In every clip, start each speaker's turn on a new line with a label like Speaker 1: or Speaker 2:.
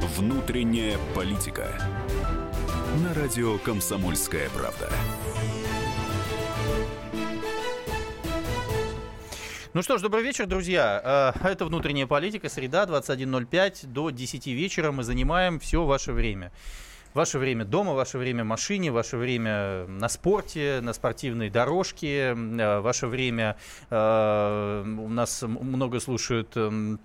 Speaker 1: Внутренняя политика. На радио Комсомольская правда.
Speaker 2: Ну что ж, добрый вечер, друзья. Э, Это «Внутренняя политика», среда, 21.05. До 10 вечера мы занимаем все ваше время. Ваше время дома, ваше время в машине, ваше время на спорте, на спортивной дорожке, э, ваше время... э, у нас много слушают эм,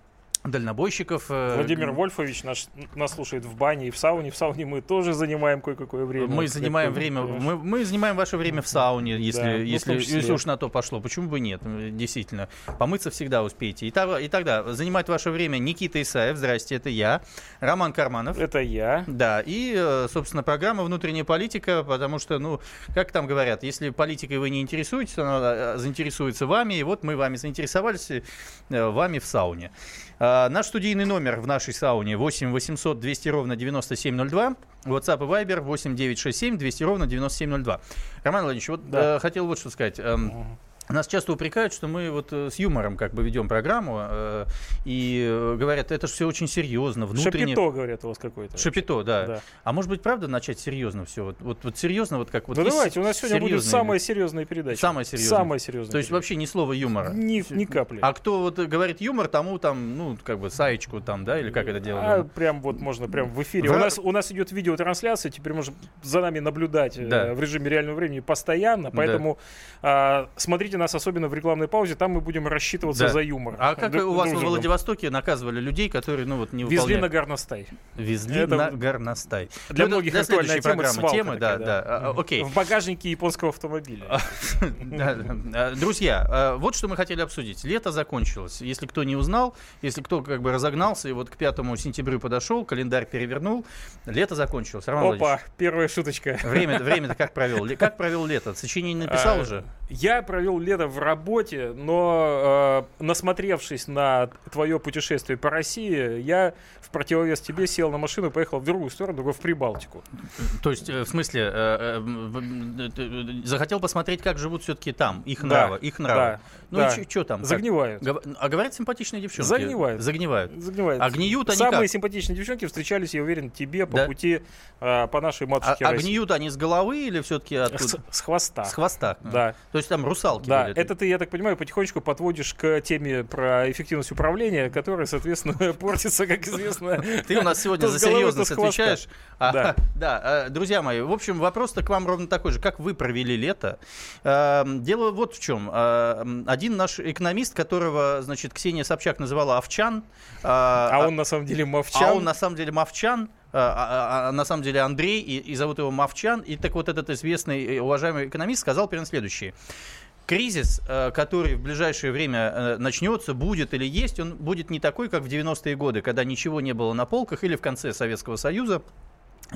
Speaker 2: дальнобойщиков. э,
Speaker 3: Владимир Вольфович наш, нас слушает в бане и в сауне. В сауне мы тоже занимаем кое-какое время.
Speaker 2: Мы
Speaker 3: Как
Speaker 2: занимаем
Speaker 3: вы
Speaker 2: время,
Speaker 3: понимаешь.
Speaker 2: мы, мы занимаем ваше время в сауне, если,
Speaker 3: Да, ну, в
Speaker 2: если,
Speaker 3: том числе.
Speaker 2: если уж на то пошло. Почему бы нет? М, Действительно, помыться всегда успеете. И, тогда- и тогда занимать ваше время Никита Исаев, здрасте, это я, Роман Карманов.
Speaker 3: Это я.
Speaker 2: Да, и, э, собственно, программа «Внутренняя политика», потому что, ну, как там говорят, если политикой вы не интересуетесь, то она э, заинтересуется вами, и вот мы вами заинтересовались, э, вами в сауне. А, Наш студийный номер в нашей сауне 8 800 200 ровно 9702, WhatsApp и Viber 8 967 200 ровно 9702. Роман Владимирович, вот
Speaker 3: Да.
Speaker 2: э, хотел вот что сказать. Эм,
Speaker 3: Мгм.
Speaker 2: нас часто упрекают, что мы вот э, с юмором как бы ведем программу, э, и э, говорят, это же все очень серьезно, внутренне.
Speaker 3: Шапито, говорят, у вас какой-то.
Speaker 2: Шапито, да.
Speaker 3: Да.
Speaker 2: А может быть, правда, начать серьезно все? Вот, вот, вот серьезно, вот как вот.
Speaker 3: ну
Speaker 2: есть
Speaker 3: давайте, у нас сегодня будет
Speaker 2: серьезные
Speaker 3: самая
Speaker 2: люди?
Speaker 3: серьезная передача.
Speaker 2: Самая серьезная.
Speaker 3: Самая серьезная.
Speaker 2: То есть
Speaker 3: передача.
Speaker 2: вообще ни слова юмора.
Speaker 3: ни, ни капли.
Speaker 2: А кто вот э, говорит юмор, тому там, ну, как бы саечку там, да, или как это
Speaker 3: А,
Speaker 2: делают?
Speaker 3: прям вот можно прям в эфире.
Speaker 2: В-
Speaker 3: У нас у нас идет видеотрансляция, теперь можно за нами наблюдать э,
Speaker 2: Да.
Speaker 3: в режиме реального времени постоянно,
Speaker 2: Да.
Speaker 3: поэтому а, смотрите нас особенно в рекламной паузе, там мы будем рассчитываться
Speaker 2: Да.
Speaker 3: типа, за юмор.
Speaker 2: А как
Speaker 3: Друг-
Speaker 2: у вас
Speaker 3: друг с
Speaker 2: во
Speaker 3: другом.
Speaker 2: Владивостоке наказывали людей, которые, ну, вот не
Speaker 3: Везли на
Speaker 2: выполняют?
Speaker 3: горностай.
Speaker 2: Везли
Speaker 3: Это-
Speaker 2: на горностай. Ну,
Speaker 3: Для
Speaker 2: это
Speaker 3: многих
Speaker 2: для
Speaker 3: актуальная
Speaker 2: следующей
Speaker 3: тема
Speaker 2: программы.
Speaker 3: свалка
Speaker 2: Темы, да,
Speaker 3: такая,
Speaker 2: да. А, Окей.
Speaker 3: В багажнике японского автомобиля.
Speaker 2: Да, да. Э, Друзья, э, вот что мы хотели обсудить. Лето закончилось. Если кто не узнал, если кто как бы разогнался и вот к 5 сентябрю подошел, календарь перевернул, лето закончилось. Роман
Speaker 3: Опа,
Speaker 2: Владимирович,
Speaker 3: первая шуточка.
Speaker 2: время, время-то как провел? Ле- Как провел лето? Сочинение написал
Speaker 3: А,
Speaker 2: уже?
Speaker 3: Я провел лето в работе, но э, насмотревшись на твое путешествие по России, я в противовес тебе сел на машину и поехал в другую сторону, другую в Прибалтику.
Speaker 2: То есть, э, в смысле, э, э, м, м, э, э, захотел посмотреть, как живут все-таки там, их
Speaker 3: Да,
Speaker 2: нравы, их нравы.
Speaker 3: да,
Speaker 2: Ну
Speaker 3: да.
Speaker 2: и что там? как?
Speaker 3: Загнивают.
Speaker 2: Гов- А говорят симпатичные девчонки.
Speaker 3: Загнивают.
Speaker 2: Загнивают.
Speaker 3: Загнивают.
Speaker 2: А гниют они
Speaker 3: Самые
Speaker 2: как?
Speaker 3: симпатичные девчонки встречались, я уверен, тебе по
Speaker 2: Да?
Speaker 3: пути э, по нашей
Speaker 2: А,
Speaker 3: матушке
Speaker 2: а
Speaker 3: России.
Speaker 2: гниют они с головы или все-таки
Speaker 3: С,
Speaker 2: оттуда?
Speaker 3: с хвоста.
Speaker 2: С хвоста.
Speaker 3: Да.
Speaker 2: То есть там русалки
Speaker 3: Да,
Speaker 2: были.
Speaker 3: это ты, я так понимаю, потихонечку подводишь к теме про эффективность управления, которая, соответственно, портится, как известно.
Speaker 2: Ты у нас сегодня
Speaker 3: То
Speaker 2: за
Speaker 3: с головы, то
Speaker 2: серьезность
Speaker 3: с хвоста.
Speaker 2: отвечаешь. А,
Speaker 3: Да.
Speaker 2: да, э, друзья мои, в общем, вопрос-то к вам ровно такой же. Как вы провели лето? Эм, Дело вот в чем. Эм, Один наш экономист, которого, значит, Ксения Собчак называла Овчан. э,
Speaker 3: А он на самом деле мовчал.
Speaker 2: А он на самом деле Мовчан. а- а- а на самом деле Андрей, и, и зовут его Мовчан. И так вот этот известный э, уважаемый экономист сказал примерно следующее. Кризис, э, который в ближайшее время э, начнется, будет или есть, он будет не такой, как в 90-е годы, когда ничего не было на полках, или в конце Советского Союза,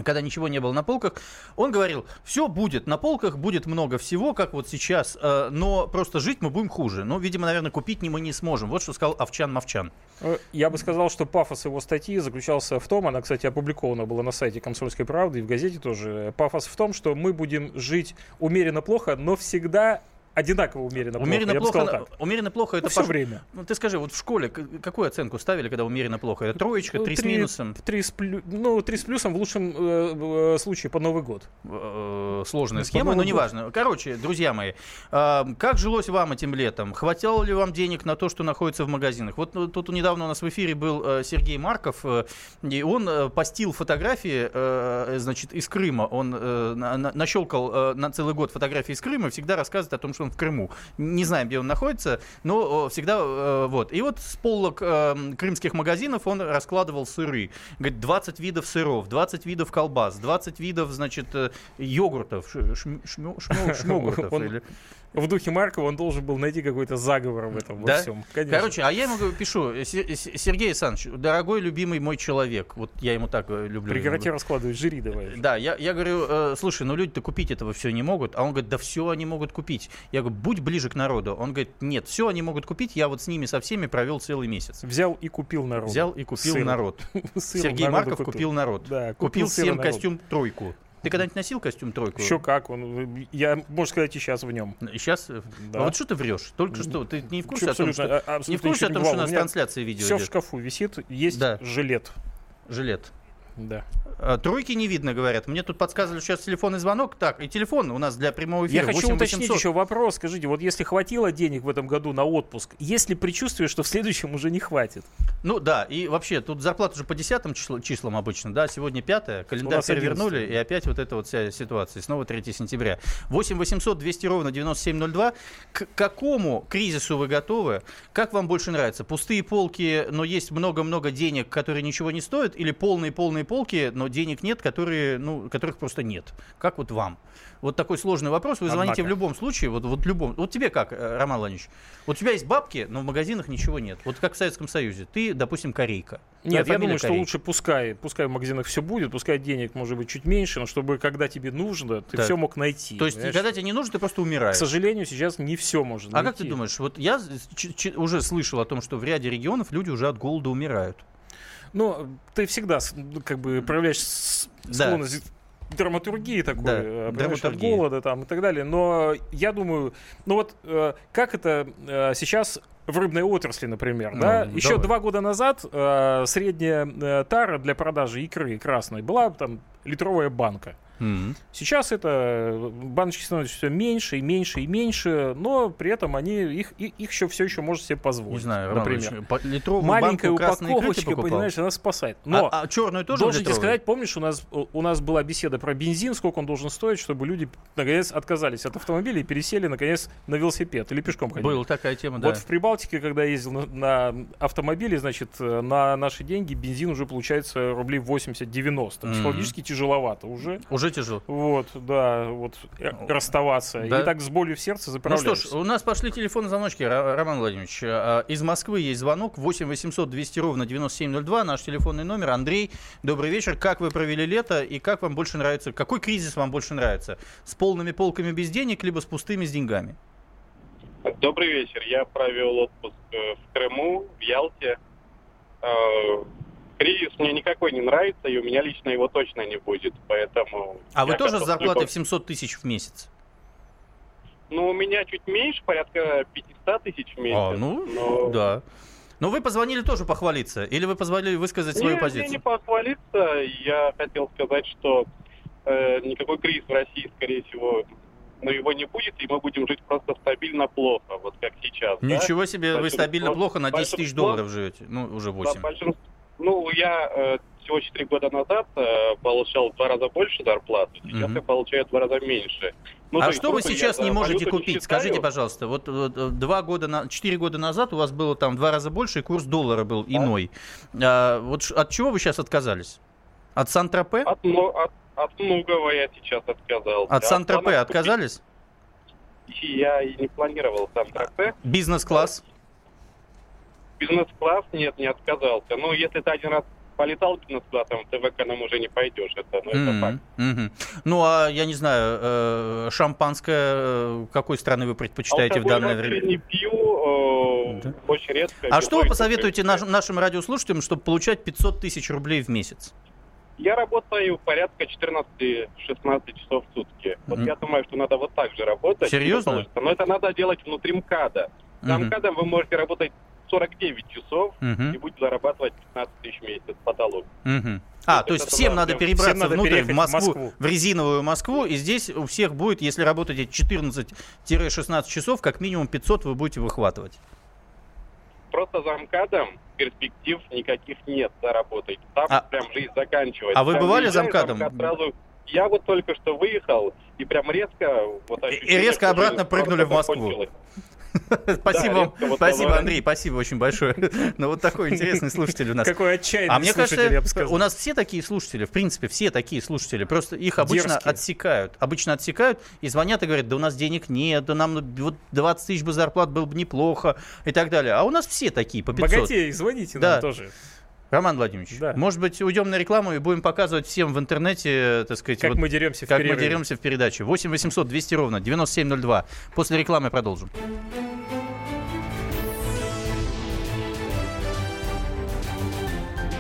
Speaker 2: когда ничего не было на полках. Он говорил, все будет на полках, будет много всего, как вот сейчас, э, но просто жить мы будем хуже. Ну, видимо, наверное, купить не мы не сможем. Вот что сказал Овчан Мовчан.
Speaker 3: Э, Я бы сказал, что пафос его статьи заключался в том, она, кстати, опубликована была на сайте «Комсомольской правды» и в газете тоже, э, пафос в том, что мы будем жить умеренно плохо, но всегда одинаково умеренно,
Speaker 2: Умеренно
Speaker 3: плохо.
Speaker 2: плохо,
Speaker 3: Я бы сказал так.
Speaker 2: умеренно плохо это
Speaker 3: все
Speaker 2: пош-
Speaker 3: время.
Speaker 2: Ну, ты скажи, вот в школе к- какую оценку ставили, когда умеренно плохо? Это троечка,
Speaker 3: Ну,
Speaker 2: три с минусом,
Speaker 3: Три с плю- Ну, три с плюсом в лучшем э, э, случае по Новый год.
Speaker 2: э, сложная
Speaker 3: Ну,
Speaker 2: схема,
Speaker 3: по-моему,
Speaker 2: но
Speaker 3: да.
Speaker 2: неважно. Короче, друзья мои, э, как жилось вам этим летом? Хватало ли вам денег на то, что находится в магазинах? Вот ну, тут недавно у нас в эфире был э, Сергей Марков, э, и он э, постил фотографии, э, значит, из Крыма. Он э, на- на- нащелкал э, на целый год фотографии из Крыма, и всегда рассказывает о том, что он в Крыму. Не знаем, где он находится, но э, всегда э, вот. И вот с полок э, м, крымских магазинов он раскладывал сыры. Говорит, 20 видов сыров, 20 видов колбас, 20 видов, значит, э, йогуртов, ш- шм- шмё- шмё- шмёгуртов
Speaker 3: Он-
Speaker 2: или-
Speaker 3: Ну, В духе Маркова он должен был найти какой-то заговор в этом
Speaker 2: Да?
Speaker 3: во всем. Конечно.
Speaker 2: Короче, а я ему говорю, пишу, «Се- Се- Сергей Александрович, дорогой, любимый мой человек, вот я ему так э, люблю.
Speaker 3: прекрати раскладывать, жри давай.
Speaker 2: Да, я, я говорю, «Э, слушай, ну люди-то купить этого все не могут. А он говорит, да все они могут купить. Я говорю, будь ближе к народу. Он говорит, нет, все они могут купить. Я вот с ними со всеми провел целый месяц.
Speaker 3: Взял и купил народ.
Speaker 2: Взял и купил
Speaker 3: Сыр.
Speaker 2: народ.
Speaker 3: Сыр
Speaker 2: Сергей
Speaker 3: народу
Speaker 2: Марков купил народ.
Speaker 3: Да,
Speaker 2: Купил
Speaker 3: сыр
Speaker 2: всем
Speaker 3: народу.
Speaker 2: костюм тройку. Ты когда-нибудь носил костюм тройку?
Speaker 3: Еще как он. Я, можно сказать, и сейчас в нем.
Speaker 2: Сейчас.
Speaker 3: Да.
Speaker 2: э, а Вот что ты врешь? Только что ты не в курсе о том,
Speaker 3: Абсолютно,
Speaker 2: что,
Speaker 3: а- абсолютно
Speaker 2: не в курсе
Speaker 3: ничего
Speaker 2: о том,
Speaker 3: бывало.
Speaker 2: что у нас
Speaker 3: меня
Speaker 2: трансляция видео
Speaker 3: Все в
Speaker 2: идет?
Speaker 3: шкафу висит, есть
Speaker 2: Да.
Speaker 3: жилет.
Speaker 2: Жилет.
Speaker 3: Да.
Speaker 2: А, Тройки не видно, говорят. Мне тут подсказывали, что сейчас телефонный звонок. Так, и телефон у нас для прямого эфира.
Speaker 3: Я хочу
Speaker 2: 8
Speaker 3: уточнить
Speaker 2: 800.
Speaker 3: еще вопрос. Скажите, вот если хватило денег в этом году на отпуск, есть ли предчувствие, что в следующем уже не хватит?
Speaker 2: Ну да, и вообще, тут зарплата же по десятым число- числам обычно, да, сегодня пятое,
Speaker 3: У
Speaker 2: календарь
Speaker 3: нас
Speaker 2: перевернули,
Speaker 3: 11.
Speaker 2: и опять вот эта вот вся ситуация, снова 3 сентября. 8 800 200 ровно 9702. К какому кризису вы готовы? Как вам больше нравится? Пустые полки, но есть много-много денег, которые ничего не стоят, или полные-полные полки, но денег нет, которые, ну, которых просто нет? Как вот вам? Вот такой сложный вопрос. Вы звоните в
Speaker 3: Однако.
Speaker 2: любом случае, вот, вот в любом. Вот тебе как, э, Роман Владимирович? Вот у тебя есть бабки, но в магазинах ничего нет. Вот как в Советском Союзе. Ты, допустим, корейка. Твоя
Speaker 3: Нет, я
Speaker 2: фамилия
Speaker 3: думаю, что
Speaker 2: Корей.
Speaker 3: лучше пускай, пускай в магазинах все будет, пускай денег может быть чуть меньше, но чтобы когда тебе нужно, ты
Speaker 2: Так.
Speaker 3: все мог найти.
Speaker 2: То есть,
Speaker 3: понимаешь?
Speaker 2: когда тебе не нужно, ты просто
Speaker 3: к
Speaker 2: умираешь.
Speaker 3: сожалению, сейчас не все можно.
Speaker 2: А как ты
Speaker 3: найти.
Speaker 2: думаешь, вот я с- ч- ч- уже слышал о том, что в ряде регионов люди уже от голода умирают.
Speaker 3: Ну, ты всегда с- ну, как бы проявляешь с-
Speaker 2: Да.
Speaker 3: склонность к драматургии такой,
Speaker 2: Да,
Speaker 3: э, понимаешь, от
Speaker 2: драматургии.
Speaker 3: голода там и так далее. Но я думаю, ну вот э, как это э, сейчас в рыбной отрасли, например,
Speaker 2: Ну,
Speaker 3: да?
Speaker 2: давай.
Speaker 3: Еще два года назад э, средняя э, тара для продажи икры красной была там литровая банка.
Speaker 2: Мгм.
Speaker 3: Сейчас это э, баночки становятся все меньше и меньше и меньше, но при этом они их и- их еще все еще может себе позволить.
Speaker 2: Не знаю, Роман
Speaker 3: например,
Speaker 2: Владимирович, по- литровую
Speaker 3: маленькая
Speaker 2: банку красной икры ты
Speaker 3: упаковочка,
Speaker 2: покупал?
Speaker 3: понимаешь, она спасает. Но
Speaker 2: а, черную тоже в
Speaker 3: должен тебе
Speaker 2: литровую?
Speaker 3: сказать, помнишь, у нас у нас была беседа про бензин, сколько он должен стоить, чтобы люди наконец отказались от автомобиля и пересели наконец на велосипед или пешком ходили.
Speaker 2: Была такая тема, да.
Speaker 3: Вот в Прибалтике, когда я ездил на, на автомобиле, значит, э, на наши деньги бензин уже получается рублей 80-90.
Speaker 2: Мгм.
Speaker 3: Психологически тяжеловато уже.
Speaker 2: Уже тяжело.
Speaker 3: Вот, да, вот э, расставаться.
Speaker 2: Да.
Speaker 3: И так с болью в сердце
Speaker 2: Ну
Speaker 3: заправляешься.
Speaker 2: что ж, у нас пошли телефонные звоночки, Ро- Роман Владимирович. А, Из Москвы есть звонок 8 800 200 ровно 9702, наш телефонный номер. Андрей, добрый вечер. Как вы провели лето и как вам больше нравится, какой кризис вам больше нравится? С полными полками без денег, либо с пустыми с деньгами?
Speaker 4: Добрый вечер. Я провел отпуск э, в Крыму, в Ялте. Э, Кризис мне никакой не нравится, и у меня лично его точно не будет, поэтому...
Speaker 2: А вы
Speaker 4: я
Speaker 2: тоже с
Speaker 4: готов
Speaker 2: зарплатой
Speaker 4: любой-
Speaker 2: в 700 тысяч в месяц?
Speaker 4: Ну, у меня чуть меньше, порядка 500 тысяч в месяц.
Speaker 2: А, ну,
Speaker 4: но-
Speaker 2: да. Но вы позвонили тоже похвалиться? Или вы позвонили высказать свою
Speaker 4: Ну, Не,
Speaker 2: позицию?
Speaker 4: Мне не похвалиться. Я хотел сказать, что э, никакой кризис в России, скорее всего, но его не будет, и мы будем жить просто стабильно плохо, вот как сейчас. да?
Speaker 2: Ничего себе, вы
Speaker 4: Большой
Speaker 2: стабильно
Speaker 4: плод-
Speaker 2: плохо на 10
Speaker 4: большой
Speaker 2: тысяч
Speaker 4: плод.
Speaker 2: долларов живете. Ну, уже
Speaker 4: Да,
Speaker 2: 8.
Speaker 4: большинство- Ну, я э, всего 4 года назад э, получал в два раза больше зарплату, сейчас
Speaker 2: Мгм.
Speaker 4: я получаю в два раза меньше. Ну, то
Speaker 2: а
Speaker 4: есть,
Speaker 2: что вы
Speaker 4: грубо, я
Speaker 2: сейчас
Speaker 4: за
Speaker 2: не можете
Speaker 4: валюту
Speaker 2: купить?
Speaker 4: считаю.
Speaker 2: Скажите, пожалуйста, вот, вот, э, два года, на, четыре года назад у вас было там в два раза больше, и курс доллара был иной. А, вот ш- от чего вы сейчас отказались? От Сан-Тропе? От,
Speaker 4: От, мно- от, от многого я сейчас отказался. От
Speaker 2: Сан-Тропе
Speaker 4: планов
Speaker 2: отказались?
Speaker 4: купить Я и не планировал Сан-Тропе.
Speaker 2: Бизнес-класс?
Speaker 4: ну, Бизнес-класс нет, не отказался. Ну, если ты один раз полетал бизнес-классом, ты в эконом уже не пойдешь. Это, ну, это
Speaker 2: Мгм,
Speaker 4: факт.
Speaker 2: М-м, мгм. Ну, а я не знаю, э, шампанское э, какой страны вы предпочитаете в
Speaker 4: Алкоголь
Speaker 2: данное
Speaker 4: вообще
Speaker 2: время?
Speaker 4: Не пью, э,
Speaker 2: Да.
Speaker 4: очень редко.
Speaker 2: А что вы
Speaker 4: Любой
Speaker 2: посоветуете
Speaker 4: закрытый.
Speaker 2: наш- нашим радиослушателям, чтобы получать 500 тысяч рублей в месяц?
Speaker 4: Я работаю порядка 14-16 часов в сутки. Вот
Speaker 2: Мгм.
Speaker 4: я думаю, что надо вот так же работать.
Speaker 2: Серьезно?
Speaker 4: Это получится. Но это надо делать внутри МКАДа. За
Speaker 2: Мгм,
Speaker 4: МКАДом вы можете работать 49 часов
Speaker 2: мгм.
Speaker 4: и будете зарабатывать 15 тысяч в месяц потолок.
Speaker 2: Мгм. А,
Speaker 4: Вот
Speaker 2: то есть
Speaker 4: это
Speaker 2: всем
Speaker 4: да,
Speaker 2: надо
Speaker 4: всем
Speaker 2: перебраться
Speaker 3: надо
Speaker 2: внутрь в
Speaker 3: переехать в
Speaker 2: Москву, в
Speaker 3: Москву.
Speaker 2: резиновую Москву, и здесь у всех будет, если работаете 14-16 часов, как минимум 500 вы будете выхватывать.
Speaker 4: Просто за МКАДом перспектив никаких нет заработать. Там
Speaker 2: А-
Speaker 4: прям жизнь заканчивается.
Speaker 2: А вы
Speaker 4: Прям
Speaker 2: бывали за
Speaker 4: выезжаешь,
Speaker 2: МКАДом?
Speaker 4: МКАД сразу... Я вот только что выехал, и прям резко... Вот
Speaker 2: И- и
Speaker 4: ощущение,
Speaker 2: резко
Speaker 4: что жизнь
Speaker 2: обратно прыгнули в
Speaker 4: просто
Speaker 2: Москву.
Speaker 4: закончилась.
Speaker 2: Спасибо вам.
Speaker 4: резко вот
Speaker 2: Спасибо,
Speaker 4: давай.
Speaker 2: Андрей, спасибо очень большое. Ну, вот такой интересный слушатель у нас.
Speaker 3: Какой отчаянный
Speaker 2: А мне
Speaker 3: слушатель, я бы
Speaker 2: кажется,
Speaker 3: сказал.
Speaker 2: у нас все такие слушатели, в принципе, все такие слушатели, просто их обычно
Speaker 3: Дерзкие.
Speaker 2: отсекают. Обычно отсекают и звонят и говорят, да у нас денег нет, да нам ну, вот 20 тысяч бы зарплат было бы неплохо и так далее. А у нас все такие, по 500.
Speaker 3: Богатей, звоните
Speaker 2: Да.
Speaker 3: нам тоже.
Speaker 2: Роман Владимирович,
Speaker 3: Да.
Speaker 2: может быть, уйдем на рекламу и будем показывать всем в интернете, э, так сказать,
Speaker 3: Как
Speaker 2: вот
Speaker 3: мы деремся в
Speaker 2: как мы
Speaker 3: перерыве.
Speaker 2: деремся в передаче. 8 800 200 ровно 9702. После рекламы продолжим.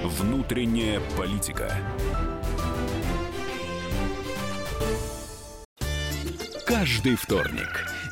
Speaker 1: Внутренняя политика. Каждый вторник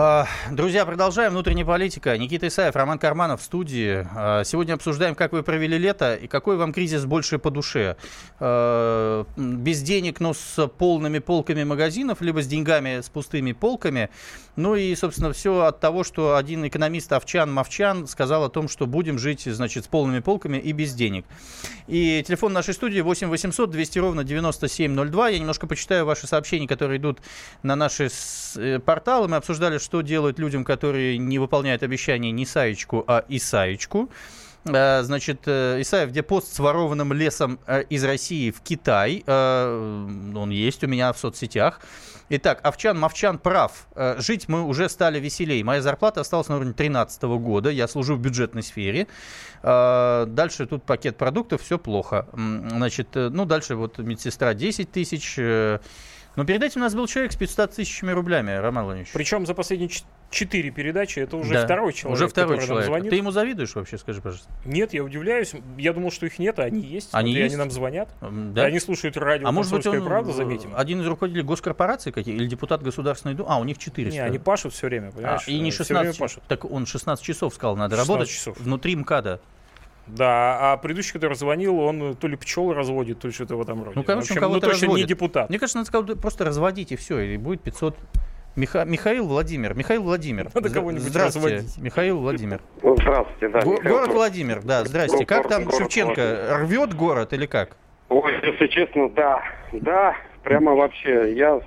Speaker 2: А, Друзья, продолжаем. Внутренняя политика. Никита Исаев, Роман Карманов в студии. А, Сегодня обсуждаем, как вы провели лето и какой вам кризис больше по душе. А, м, Без денег, но с полными полками магазинов, либо с деньгами, с пустыми полками. Ну и, собственно, все от того, что один экономист Овчан Мовчан сказал о том, что будем жить, значит, с полными полками и без денег. И телефон нашей студии 8 800 200 ровно 9702. Я немножко почитаю ваши сообщения, которые идут на наши с- э, порталы. Мы обсуждали, что делают людям, которые не выполняют обещания не Саечку, а Исаечку. Э, Значит, э, Исаев, где пост с ворованным лесом э, из России в Китай. Э, Он есть у меня в соцсетях. Итак, Овчан Мовчан прав. Э, Жить мы уже стали веселей. Моя зарплата осталась на уровне 2013 года. Я служу в бюджетной сфере. Э, Дальше тут пакет продуктов, все плохо. М, Значит, э, ну дальше вот медсестра 10 тысяч. э, Но перед этим у нас был человек с 500 тысячами рублями, Роман Владимирович.
Speaker 3: Причем за последние ч- четыре передачи это уже
Speaker 2: Да.
Speaker 3: второй человек,
Speaker 2: Уже второй
Speaker 3: который
Speaker 2: человек.
Speaker 3: нам звонит.
Speaker 2: Ты ему завидуешь вообще, скажи, пожалуйста?
Speaker 3: Нет, я удивляюсь. Я думал, что их нет, а они есть.
Speaker 2: Они
Speaker 3: Вот и
Speaker 2: есть?
Speaker 3: они нам звонят.
Speaker 2: М, да?
Speaker 3: И Они слушают радио.
Speaker 2: А может быть, он
Speaker 3: правда,
Speaker 2: э,
Speaker 3: заметим.
Speaker 2: один из руководителей госкорпорации какие или депутат Государственной Думы? А, у них 400.
Speaker 3: Не, они пашут все время,
Speaker 2: А,
Speaker 3: понимаешь?
Speaker 2: и не
Speaker 3: Всё время
Speaker 2: 16
Speaker 3: пашут.
Speaker 2: Так он 16 часов сказал, надо
Speaker 3: 16
Speaker 2: работать
Speaker 3: часов.
Speaker 2: э, внутри МКАДа.
Speaker 3: Да, а предыдущий, который звонил, он то ли пчел разводит, то ли что-то в этом роде.
Speaker 2: Ну, короче, он
Speaker 3: В общем,
Speaker 2: кого-то
Speaker 3: точно не
Speaker 2: разводит.
Speaker 3: депутат.
Speaker 2: Мне кажется, надо сказать, просто разводить и все, и будет 500. Миха- Михаил Владимир. Михаил Владимир.
Speaker 3: Надо
Speaker 2: Зд-
Speaker 3: кого-нибудь
Speaker 2: Здравствуйте,
Speaker 3: разводить.
Speaker 2: Михаил Владимир.
Speaker 5: Ну, Здравствуйте, да.
Speaker 2: Го-
Speaker 5: Михаил
Speaker 2: город
Speaker 5: Круг.
Speaker 2: Владимир, да, здрасте.
Speaker 5: Город,
Speaker 2: Как там
Speaker 5: город
Speaker 2: Шевченко?
Speaker 5: Владимир.
Speaker 2: Рвет город или как?
Speaker 5: Ой, если честно, да, да, прямо вообще, я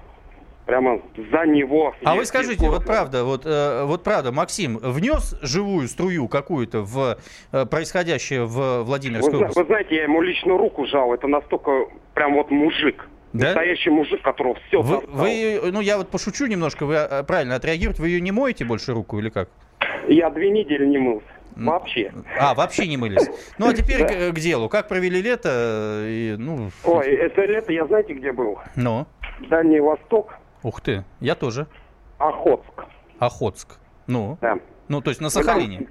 Speaker 5: прямо за него.
Speaker 2: А вы
Speaker 5: Если
Speaker 2: скажите,
Speaker 5: коротко.
Speaker 2: вот правда, вот, э, вот правда, Максим внес живую струю какую-то в э, происходящее в
Speaker 5: Вы,
Speaker 2: Владимирской
Speaker 5: зна-
Speaker 2: области?
Speaker 5: вы знаете, я ему лично руку жал, это настолько прям вот мужик.
Speaker 2: Да?
Speaker 5: Настоящий мужик, которого все
Speaker 2: Вы, вы её- ну я вот пошучу немножко, вы э, правильно отреагируете, вы ее не моете больше руку или как?
Speaker 5: Я две недели не мылся.
Speaker 2: М.
Speaker 5: Вообще.
Speaker 2: А, вообще не мылись. Ну а теперь к, к делу. Как провели лето? э, И, ну,
Speaker 5: Ой, это лето я знаете где был?
Speaker 2: ну,
Speaker 5: Дальний Восток,
Speaker 2: ух ты, я тоже.
Speaker 5: Охотск.
Speaker 2: Охотск. Ну,
Speaker 5: Да.
Speaker 2: ну то есть на Сахалине.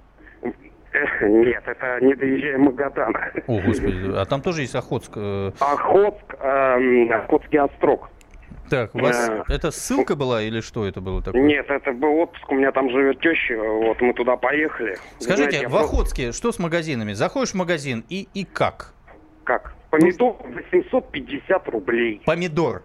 Speaker 5: Эх, Нет, это не доезжая Магадана.
Speaker 2: О, господи, а там тоже есть Охотск. э,
Speaker 5: Охотск, эм, Охотский острог.
Speaker 2: Так, у вас
Speaker 5: Э.
Speaker 2: это ссылка была или что это было такое?
Speaker 5: Нет, это был отпуск, у меня там живет теща, вот мы туда поехали.
Speaker 2: Скажите,
Speaker 5: Знаете, я
Speaker 2: в
Speaker 5: просто-
Speaker 2: Охотске что с магазинами? Заходишь в магазин и, и как?
Speaker 5: Как? Помидор 850 рублей.
Speaker 2: Помидор,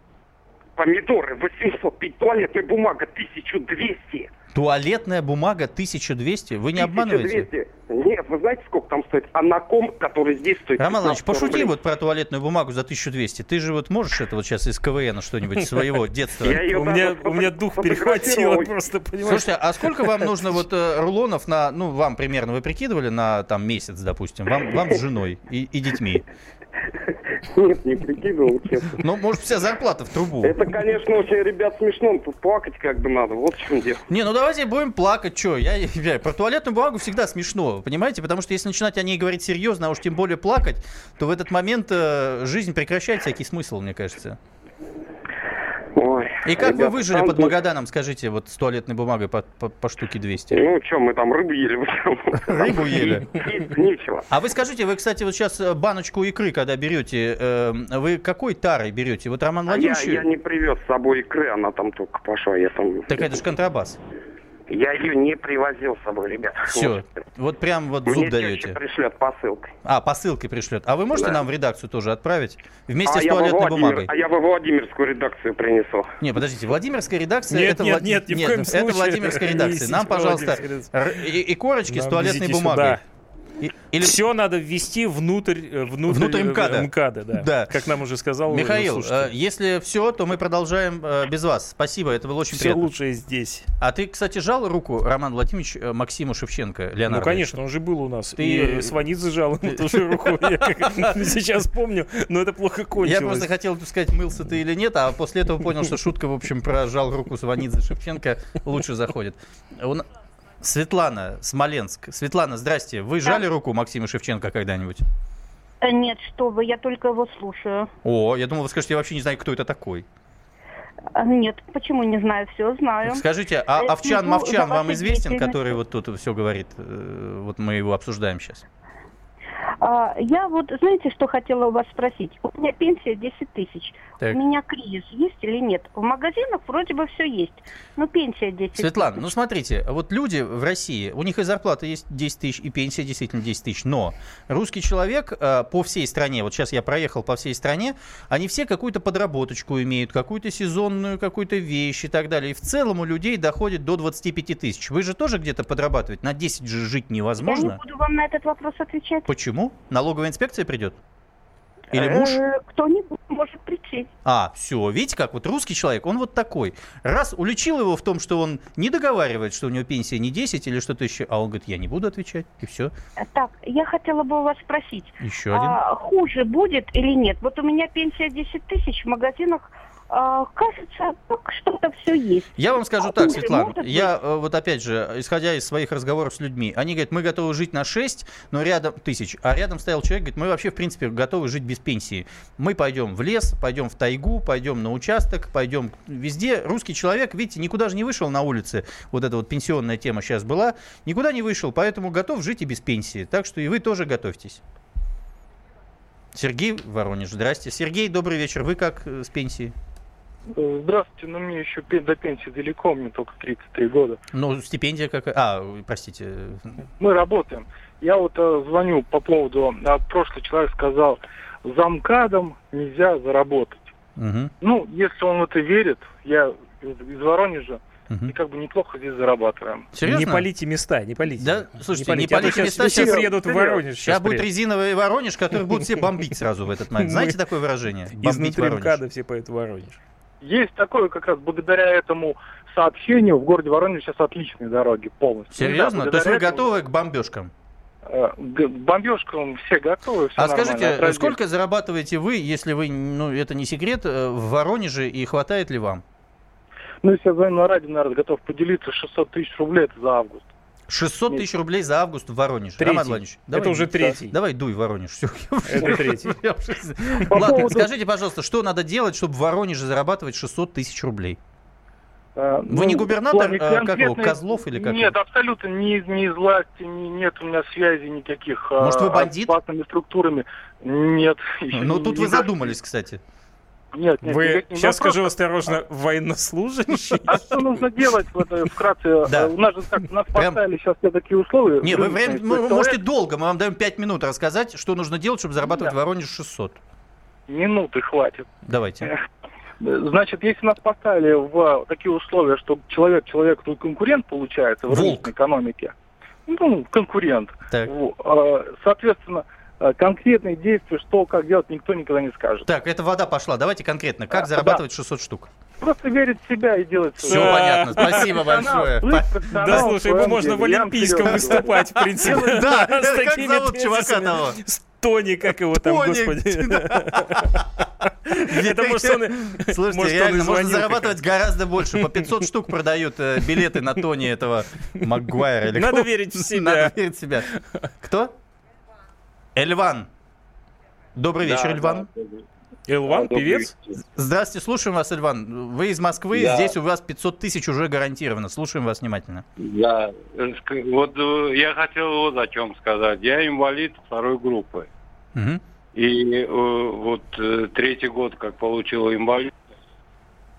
Speaker 5: Помидоры 800, пи- туалетная бумага 1200.
Speaker 2: туалетная бумага 1200. Вы не обманываете?
Speaker 5: 1200. Нет, вы знаете, сколько там стоит? Анаком, который здесь стоит.
Speaker 2: Роман Иванович,
Speaker 5: 15
Speaker 2: пошути
Speaker 5: рублей.
Speaker 2: вот про туалетную бумагу за 1200. Ты же вот можешь это вот сейчас из КВН что-нибудь из своего детства?
Speaker 5: Я её
Speaker 3: У
Speaker 5: даже
Speaker 3: меня,
Speaker 5: фото-
Speaker 3: у меня дух перехватило
Speaker 5: фотографировал.
Speaker 3: просто, понимаешь?
Speaker 2: Слушайте, а сколько вам нужно вот э, рулонов на, ну, вам примерно вы прикидывали на там месяц, допустим, вам, вам с женой и, и детьми?
Speaker 5: Нет, не прикидывал, честно.
Speaker 2: Ну, может, вся зарплата в трубу.
Speaker 5: Это, конечно, очень, ребят, смешно, но тут плакать как бы надо, вот в чем дело.
Speaker 2: Не, ну давайте будем плакать, что? Я, я- про туалетную бумагу всегда смешно, понимаете? Потому что если начинать о ней говорить серьезно, а уж тем более плакать, то в этот момент э, жизнь прекращает всякий смысл, мне кажется.
Speaker 5: Ой,
Speaker 2: И как вы
Speaker 5: ребята,
Speaker 2: выжили
Speaker 5: там
Speaker 2: под
Speaker 5: тут-
Speaker 2: Магаданом, скажите, вот с туалетной бумагой по, по- по штуке 200?
Speaker 5: Ну, что, мы там рыбу ели.
Speaker 2: Рыбу ели.
Speaker 5: Есть нечего.
Speaker 2: А вы скажите, вы, кстати, вот сейчас баночку икры, когда берете, э, вы какой тарой берете? Вот Роман
Speaker 5: А я,
Speaker 2: Владимирович...
Speaker 5: я не привез с собой икры, она там только пошла. Я, там...
Speaker 2: Так это же контрабас.
Speaker 5: я ее не привозил с собой, ребят.
Speaker 2: Все. Вот прям вот
Speaker 5: Мне
Speaker 2: зуб
Speaker 5: теща
Speaker 2: даете.
Speaker 5: пришлет посылкой.
Speaker 2: А, посылкой пришлет. А вы можете
Speaker 5: Да.
Speaker 2: нам в редакцию тоже отправить? Вместе
Speaker 5: а,
Speaker 2: с
Speaker 5: я во
Speaker 2: туалетной
Speaker 5: Владимир-
Speaker 2: бумагой.
Speaker 5: а я во Владимирскую редакцию принесу.
Speaker 2: Не, подождите, Владимирская редакция
Speaker 3: Нет,
Speaker 2: это
Speaker 3: нет,
Speaker 2: Влад-
Speaker 3: нет, ни в коем
Speaker 2: ну,
Speaker 3: случае.
Speaker 2: Это Владимирская
Speaker 3: Не
Speaker 2: редакция. Нам,
Speaker 3: несите во
Speaker 2: пожалуйста,
Speaker 3: Владимирскую редакцию.
Speaker 2: р- и, и корочки с
Speaker 3: Нам
Speaker 2: туалетной
Speaker 3: везите
Speaker 2: бумагой.
Speaker 3: сюда.
Speaker 2: И- Или...
Speaker 3: Все надо ввести внутрь, э, внутрь,
Speaker 2: Внутрь
Speaker 3: э,
Speaker 2: МКАДа.
Speaker 3: МКАДа, да.
Speaker 2: Да.
Speaker 3: Как нам уже сказал э,
Speaker 2: Михаил, э,
Speaker 3: слушатель.
Speaker 2: если все, то мы продолжаем э, без вас. Спасибо, это было очень
Speaker 3: все
Speaker 2: приятно.
Speaker 3: лучшее здесь.
Speaker 2: А ты, кстати, жал руку, Роман Владимирович, э, Максиму Шевченко, Леонард?
Speaker 3: Ну, конечно, он же был у нас.
Speaker 2: Ты-
Speaker 3: И Сванит зажал ему тоже руку. Я как сейчас помню, но это плохо кончилось.
Speaker 2: Я просто хотел тут сказать, мылся ты или нет, а после этого понял, что шутка, в общем, про жал руку Сванидзе Шевченко лучше заходит. Он- Светлана, Смоленск. Светлана, здрасте. Вы жали руку Максима Шевченко когда-нибудь?
Speaker 6: Э, Нет, что вы, я только его слушаю.
Speaker 2: О, я думал, вы скажете, я вообще не знаю, кто это такой.
Speaker 6: А, Нет, почему не знаю, все знаю.
Speaker 2: Скажите, а
Speaker 6: Э,
Speaker 2: Овчан
Speaker 6: слежу
Speaker 2: Мовчан
Speaker 6: за
Speaker 2: вам
Speaker 6: вашей
Speaker 2: известен,
Speaker 6: деятельностью.
Speaker 2: который вот тут все говорит? Э, Вот мы его обсуждаем сейчас.
Speaker 6: А, я вот, знаете, что хотела у вас спросить? У меня пенсия 10 тысяч.
Speaker 2: Так.
Speaker 6: У меня кризис есть или нет? В магазинах вроде бы все есть, но пенсия 10
Speaker 2: Светлана,
Speaker 6: тысяч.
Speaker 2: ну смотрите, вот люди в России, у них и зарплата есть 10 тысяч, и пенсия действительно 10 тысяч, но русский человек э, по всей стране, вот сейчас я проехал по всей стране, они все какую-то подработочку имеют, какую-то сезонную, какую-то вещь и так далее. И в целом у людей доходит до 25 тысяч. Вы же тоже где-то подрабатываете? На 10 же жить
Speaker 6: Я
Speaker 2: невозможно.
Speaker 6: не буду вам на этот вопрос отвечать.
Speaker 2: Почему? Налоговая инспекция придет? Или муж?
Speaker 6: Э, Кто-нибудь может прийти.
Speaker 2: А, все, видите, как вот русский человек, он вот такой. Раз уличил его в том, что он не договаривает, что у него пенсия не 10 или что-то еще, а он говорит, я не буду отвечать, и все.
Speaker 6: Э, Так, я хотела бы у вас спросить,
Speaker 2: Еще один.
Speaker 6: а хуже будет или нет? Вот у меня пенсия 10 тысяч, в магазинах, а, кажется, так что-то все есть.
Speaker 2: Я вам скажу
Speaker 6: а
Speaker 2: так,
Speaker 6: хуже
Speaker 2: Светлана,
Speaker 6: может быть?
Speaker 2: я э, вот опять же, исходя из своих разговоров с людьми, они говорят, мы готовы жить на 6 но рядом, тысяч, а рядом стоял человек, говорит, мы вообще, в принципе, готовы жить без пенсии. Мы пойдем в лес, пойдем в тайгу, пойдем на участок, пойдем везде. Русский человек, видите, никуда же не вышел на улице, вот эта вот пенсионная тема сейчас была, никуда не вышел, поэтому готов жить и без пенсии. Так что и вы тоже готовьтесь. Сергей Воронеж, здрасте. Сергей, добрый вечер. Вы как э, с пенсией?
Speaker 7: Э, Здравствуйте, но мне еще пе- до пенсии далеко, мне только 33 года.
Speaker 2: Ну, стипендия какая? А, простите,
Speaker 7: Мы работаем. Я вот э, звоню по поводу, а, прошлый человек сказал, за МКАДом нельзя заработать.
Speaker 2: Мгм,
Speaker 7: Ну, если он в это верит, я из из Воронежа, и
Speaker 2: мгм.
Speaker 7: как бы неплохо здесь зарабатываем.
Speaker 2: Серьезно?
Speaker 3: Не полите места, не полите.
Speaker 2: Да, слушайте, не
Speaker 3: а то
Speaker 2: полите
Speaker 3: щас-
Speaker 2: места,
Speaker 3: ну,
Speaker 2: щас-
Speaker 3: Все приедут в
Speaker 7: Серьезно.
Speaker 3: Воронеж.
Speaker 2: Сейчас
Speaker 3: щас
Speaker 2: будет
Speaker 3: приедут.
Speaker 2: резиновый Воронеж, который будут все бомбить сразу в этот момент. Знаете
Speaker 3: Мы
Speaker 2: такое выражение? Бомбить
Speaker 3: Изнутри
Speaker 2: Воронеж.
Speaker 3: МКАДа все поедут в Воронеж.
Speaker 7: Есть такое как раз благодаря этому сообщению в городе Воронеж сейчас отличные дороги полностью.
Speaker 2: Серьезно?
Speaker 3: Ну
Speaker 7: Да,
Speaker 2: То есть вы
Speaker 7: благодаря этому,
Speaker 2: готовы к бомбежкам?
Speaker 7: э, г- к бомбежкам все готовы, все
Speaker 2: А
Speaker 7: нормально.
Speaker 2: скажите,
Speaker 7: Отразили.
Speaker 2: сколько зарабатываете вы, если вы, ну, это не секрет, э, в Воронеже и хватает ли вам?
Speaker 7: Ну, если я звоню на радио, наверное, готов поделиться 600 тысяч рублей, это за август.
Speaker 2: 600 тысяч рублей за август в Воронеже.
Speaker 3: Третий.
Speaker 2: Роман Владимирович,
Speaker 3: Это
Speaker 2: давай-
Speaker 3: уже третий.
Speaker 2: Давай дуй Воронеж. Все,
Speaker 3: Это третий.
Speaker 7: По
Speaker 2: Ладно,
Speaker 7: поводу-
Speaker 2: скажите, пожалуйста, что надо делать, чтобы в Воронеже зарабатывать 600 тысяч рублей?
Speaker 7: Э,
Speaker 2: Вы не губернатор,
Speaker 7: в плане
Speaker 2: э, как его,
Speaker 7: конкретной-
Speaker 2: Козлов или как
Speaker 7: Нет, а
Speaker 2: его?
Speaker 7: абсолютно не, из- не из власти, не- нет у меня связи никаких э,
Speaker 2: Может, вы бандит?
Speaker 7: с платными структурами. Нет. еще
Speaker 2: Ну,
Speaker 7: не-
Speaker 2: тут
Speaker 7: не
Speaker 2: вы
Speaker 7: дошли.
Speaker 2: задумались, кстати.
Speaker 7: Нет, нет,
Speaker 3: Вы,
Speaker 7: никак не-
Speaker 3: сейчас
Speaker 7: ну, просто,
Speaker 3: скажу осторожно, военнослужащий.
Speaker 7: А что нужно делать в этой, вкратце? Э,
Speaker 2: Да.
Speaker 7: У нас же как, нас
Speaker 2: Прям-
Speaker 7: поставили сейчас все такие условия.
Speaker 2: Не, вы
Speaker 7: рыночные,
Speaker 2: время,
Speaker 7: что
Speaker 2: ну,
Speaker 7: человек-
Speaker 2: можете долго, мы вам даем 5 минут рассказать, что нужно делать, чтобы зарабатывать в Воронеже 600.
Speaker 7: Минуты хватит. Э.
Speaker 2: Давайте.
Speaker 7: Значит, если нас поставили в а, такие условия, что человек человек тут конкурент получается в
Speaker 2: Волк.
Speaker 7: рыночной экономике, ну, конкурент,
Speaker 2: Так.
Speaker 7: Во, э, соответственно, э, конкретные действия, что, как делать, никто никогда не скажет.
Speaker 2: Так, это вода пошла. Давайте конкретно.
Speaker 7: А,
Speaker 2: Как
Speaker 7: да.
Speaker 2: зарабатывать 600 штук?
Speaker 7: Просто верить в себя и делать
Speaker 2: Все
Speaker 7: своё.
Speaker 2: понятно. Спасибо
Speaker 7: Профессионал,
Speaker 2: большое.
Speaker 7: быть
Speaker 2: По-
Speaker 7: профессионалом
Speaker 3: Да, слушай,
Speaker 7: в
Speaker 3: ему
Speaker 7: своём
Speaker 3: можно в
Speaker 7: деле. Я вам
Speaker 3: Олимпийском
Speaker 7: серьезно
Speaker 3: выступать, в принципе.
Speaker 2: Да,
Speaker 3: с
Speaker 2: как
Speaker 3: такими
Speaker 2: зовут чувака
Speaker 3: тезисами.
Speaker 2: того?
Speaker 3: С Тони, как его там,
Speaker 2: Тони,
Speaker 3: господи. Это может он... и-
Speaker 2: Слушайте,
Speaker 3: может, он и
Speaker 2: реально, можно
Speaker 3: звонил как
Speaker 2: зарабатывать гораздо больше. По 500 штук продают э, билеты на Тони этого Магуайра. или
Speaker 3: Надо
Speaker 2: кого.
Speaker 3: верить в себя.
Speaker 2: Надо верить в себя. Кто? Эльван. Добрый вечер, Эльван.
Speaker 3: Элван, певец?
Speaker 2: Здравствуйте, слушаем вас, Эльван. Вы из Москвы,
Speaker 8: Я-
Speaker 2: здесь у вас 500 тысяч уже гарантированно. Слушаем вас внимательно.
Speaker 8: Да, э, ск- вот э, я хотел вот о чем сказать. Я инвалид второй группы.
Speaker 2: Мгм.
Speaker 8: И э, вот э, третий год, как получил инвалид,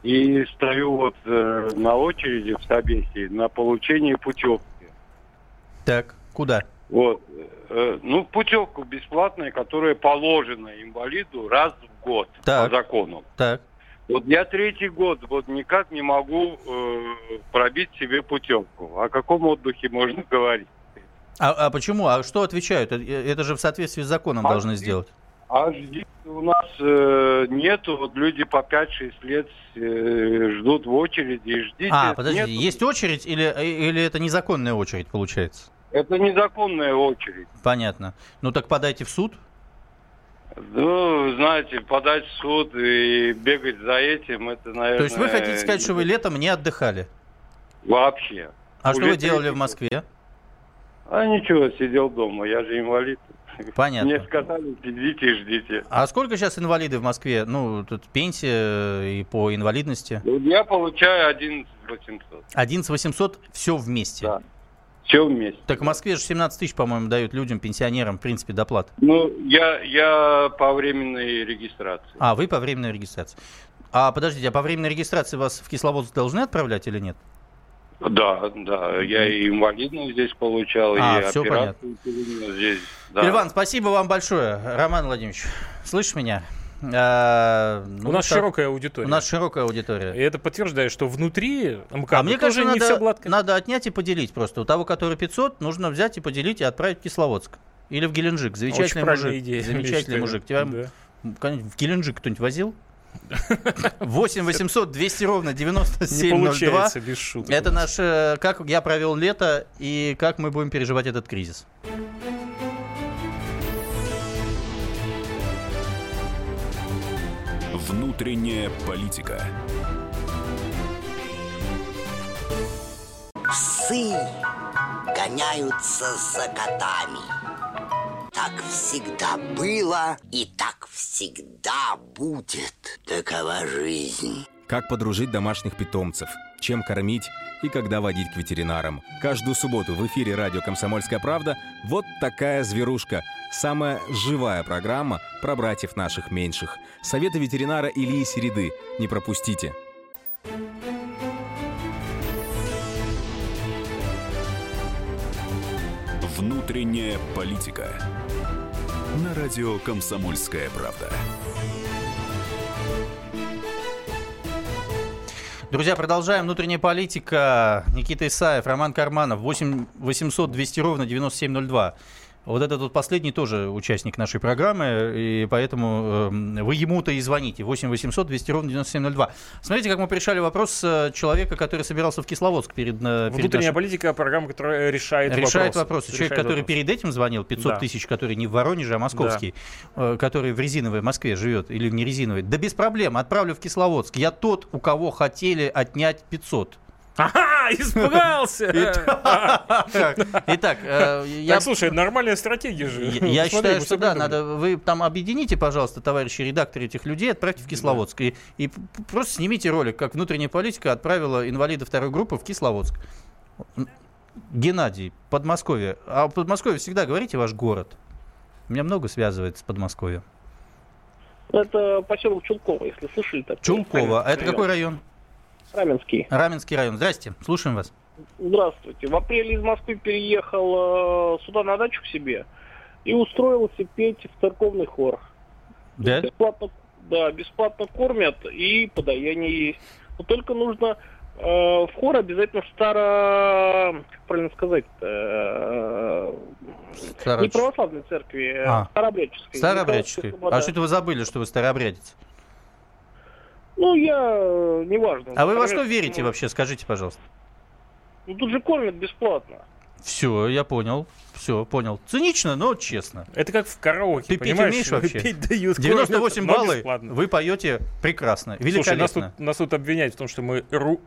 Speaker 8: и стою вот э, на очереди в Собесе на получение путевки.
Speaker 2: Так, куда?
Speaker 8: Вот. э, ну, путевку бесплатная, которая положена инвалиду раз в год
Speaker 2: Так.
Speaker 8: по закону.
Speaker 2: Так.
Speaker 8: Вот я третий год вот никак не могу э, пробить себе путевку. О каком отдыхе можно говорить?
Speaker 2: А, а почему? А что отвечают? Э, э, Это же в соответствии с законом
Speaker 8: А
Speaker 2: должны
Speaker 8: здесь-
Speaker 2: сделать.
Speaker 8: А здесь у нас э, нету, вот люди по 5-6 лет э, ждут в очереди и ждите.
Speaker 2: А, подожди,
Speaker 8: Нету.
Speaker 2: есть очередь или, э, или это незаконная очередь получается?
Speaker 8: Это незаконная очередь.
Speaker 2: Понятно. Ну так подайте в суд.
Speaker 8: Ну, знаете, подать в суд и бегать за этим, это, наверное...
Speaker 2: То есть вы хотите сказать, что вы
Speaker 8: э,
Speaker 2: летом не отдыхали?
Speaker 8: Вообще.
Speaker 2: А что вы
Speaker 8: Улетели
Speaker 2: делали в
Speaker 8: типа.
Speaker 2: Москве?
Speaker 8: А ничего, сидел дома, я же инвалид. Мне
Speaker 2: Понятно.
Speaker 8: сказали, сидите и ждите.
Speaker 2: А сколько сейчас инвалиды в Москве? Ну, тут пенсия э, и по инвалидности.
Speaker 8: Вот Я получаю 11 800.
Speaker 2: 11 800 все вместе.
Speaker 8: Да. Все вместе.
Speaker 2: Так в Москве же 17 тысяч, по-моему, дают людям, пенсионерам, в принципе, доплат.
Speaker 8: Ну, я, я по временной регистрации.
Speaker 2: А, вы по временной регистрации. А подождите, а по временной регистрации вас в Кисловодск должны отправлять или нет?
Speaker 8: Да, да, я и инвалидную здесь получал,
Speaker 2: А,
Speaker 8: и
Speaker 2: всё
Speaker 8: операцию здесь. да.
Speaker 2: Иван, спасибо вам большое. Роман Владимирович, слышишь меня? А, ну,
Speaker 3: у нас
Speaker 2: так,
Speaker 3: широкая аудитория.
Speaker 2: у нас широкая аудитория.
Speaker 3: И это подтверждает, что внутри МКАД
Speaker 2: А мне
Speaker 3: тоже
Speaker 2: кажется,
Speaker 3: не все
Speaker 2: надо,
Speaker 3: гладко.
Speaker 2: надо отнять и поделить просто. У того, который 500, нужно взять и поделить и отправить в Кисловодск. Или в Геленджик. Замечательный
Speaker 3: Очень правильная
Speaker 2: мужик.
Speaker 3: идея, я
Speaker 2: Замечательный
Speaker 3: считаю.
Speaker 2: мужик. Тебя
Speaker 3: Да.
Speaker 2: м, конечно, в Геленджик кто-нибудь возил? 8 800 200 ровно
Speaker 3: Не
Speaker 2: 9702.
Speaker 3: получается без шуток.
Speaker 2: Это наш, э, как я провел лето и как мы будем переживать этот кризис.
Speaker 1: Внутренняя политика.
Speaker 9: Псы гоняются за котами. Так всегда было и так всегда будет. Такова жизнь.
Speaker 10: Как подружить домашних питомцев, чем кормить и когда водить к ветеринарам. Каждую субботу в эфире радио «Комсомольская правда» вот такая зверушка. Самая живая программа про братьев наших меньших. Советы ветеринара Ильи Середы. Не пропустите.
Speaker 1: Внутренняя политика. На радио «Комсомольская правда».
Speaker 2: Друзья, продолжаем. Внутренняя политика. Никита Исаев, Роман Карманов. 8 800 200 ровно 9702. Вот этот вот последний тоже участник нашей программы, и поэтому эм, вы ему-то и звоните. 8 800 200 ровно 9702. Смотрите, как мы решали вопрос э, человека, который собирался в Кисловодск перед, э, перед
Speaker 3: Внутренняя
Speaker 2: нашим-
Speaker 3: политика программа, а которая решает,
Speaker 2: решает
Speaker 3: вопросы.
Speaker 2: вопросы. Человек,
Speaker 3: Решает
Speaker 2: который
Speaker 3: вопросы.
Speaker 2: перед этим звонил, 500
Speaker 3: Да.
Speaker 2: тысяч, который не в Воронеже, а московский, э, который в резиновой Москве живет или в нерезиновой, да без проблем, отправлю в Кисловодск. Я тот, у кого хотели отнять 500.
Speaker 3: Ага, испугался!
Speaker 2: Итак, э, я...
Speaker 3: Так, слушай, нормальная стратегия же.
Speaker 2: Я я
Speaker 3: Смотри,
Speaker 2: считаю,
Speaker 3: Ну, мы с
Speaker 2: что
Speaker 3: тобой
Speaker 2: да,
Speaker 3: думали.
Speaker 2: надо вы там объедините, пожалуйста, товарищи редакторы этих людей, отправьте в Кисловодск. И, и п- просто снимите ролик, как внутренняя политика отправила инвалида второй группы в Кисловодск. М, Геннадий, Подмосковье. А в Подмосковье всегда говорите ваш город. Меня много связывает с Подмосковьем.
Speaker 11: Это поселок Чулково, если слышали. Так,
Speaker 2: Чулково. А это какой район?
Speaker 11: Раменский.
Speaker 2: Раменский район. Здрасте, слушаем вас.
Speaker 11: Здравствуйте. В апреле из Москвы переехал э, сюда на дачу к себе и устроился петь в церковный хор.
Speaker 2: Да?
Speaker 11: Бесплатно, да, бесплатно кормят и подаяние есть. Но только нужно э, в хор обязательно старо... Как правильно сказать Не
Speaker 2: Старообрядческий.
Speaker 11: православной церкви, э,
Speaker 2: А.
Speaker 11: старообрядческой.
Speaker 2: Старообрядческий.
Speaker 11: Николаевской
Speaker 2: А
Speaker 11: Слобода.
Speaker 2: что это вы забыли, что вы старообрядец?
Speaker 11: Ну, я... э, Неважно.
Speaker 2: А вы во что
Speaker 11: Например,
Speaker 2: верите
Speaker 11: ну,
Speaker 2: вообще? Скажите, пожалуйста.
Speaker 11: Ну, тут же кормят бесплатно.
Speaker 2: Все, я понял. Все, понял. Цинично, но честно.
Speaker 3: Это как в караоке,
Speaker 2: Ты петь
Speaker 3: понимаешь?
Speaker 2: умеешь вообще?
Speaker 3: Петь дают,
Speaker 2: 98
Speaker 3: кормят, но
Speaker 2: баллы
Speaker 3: бесплатно.
Speaker 2: вы поете прекрасно,
Speaker 3: Слушай, нас
Speaker 2: великолепно.
Speaker 3: тут, а, нас тут обвиняют в том, что мы ру-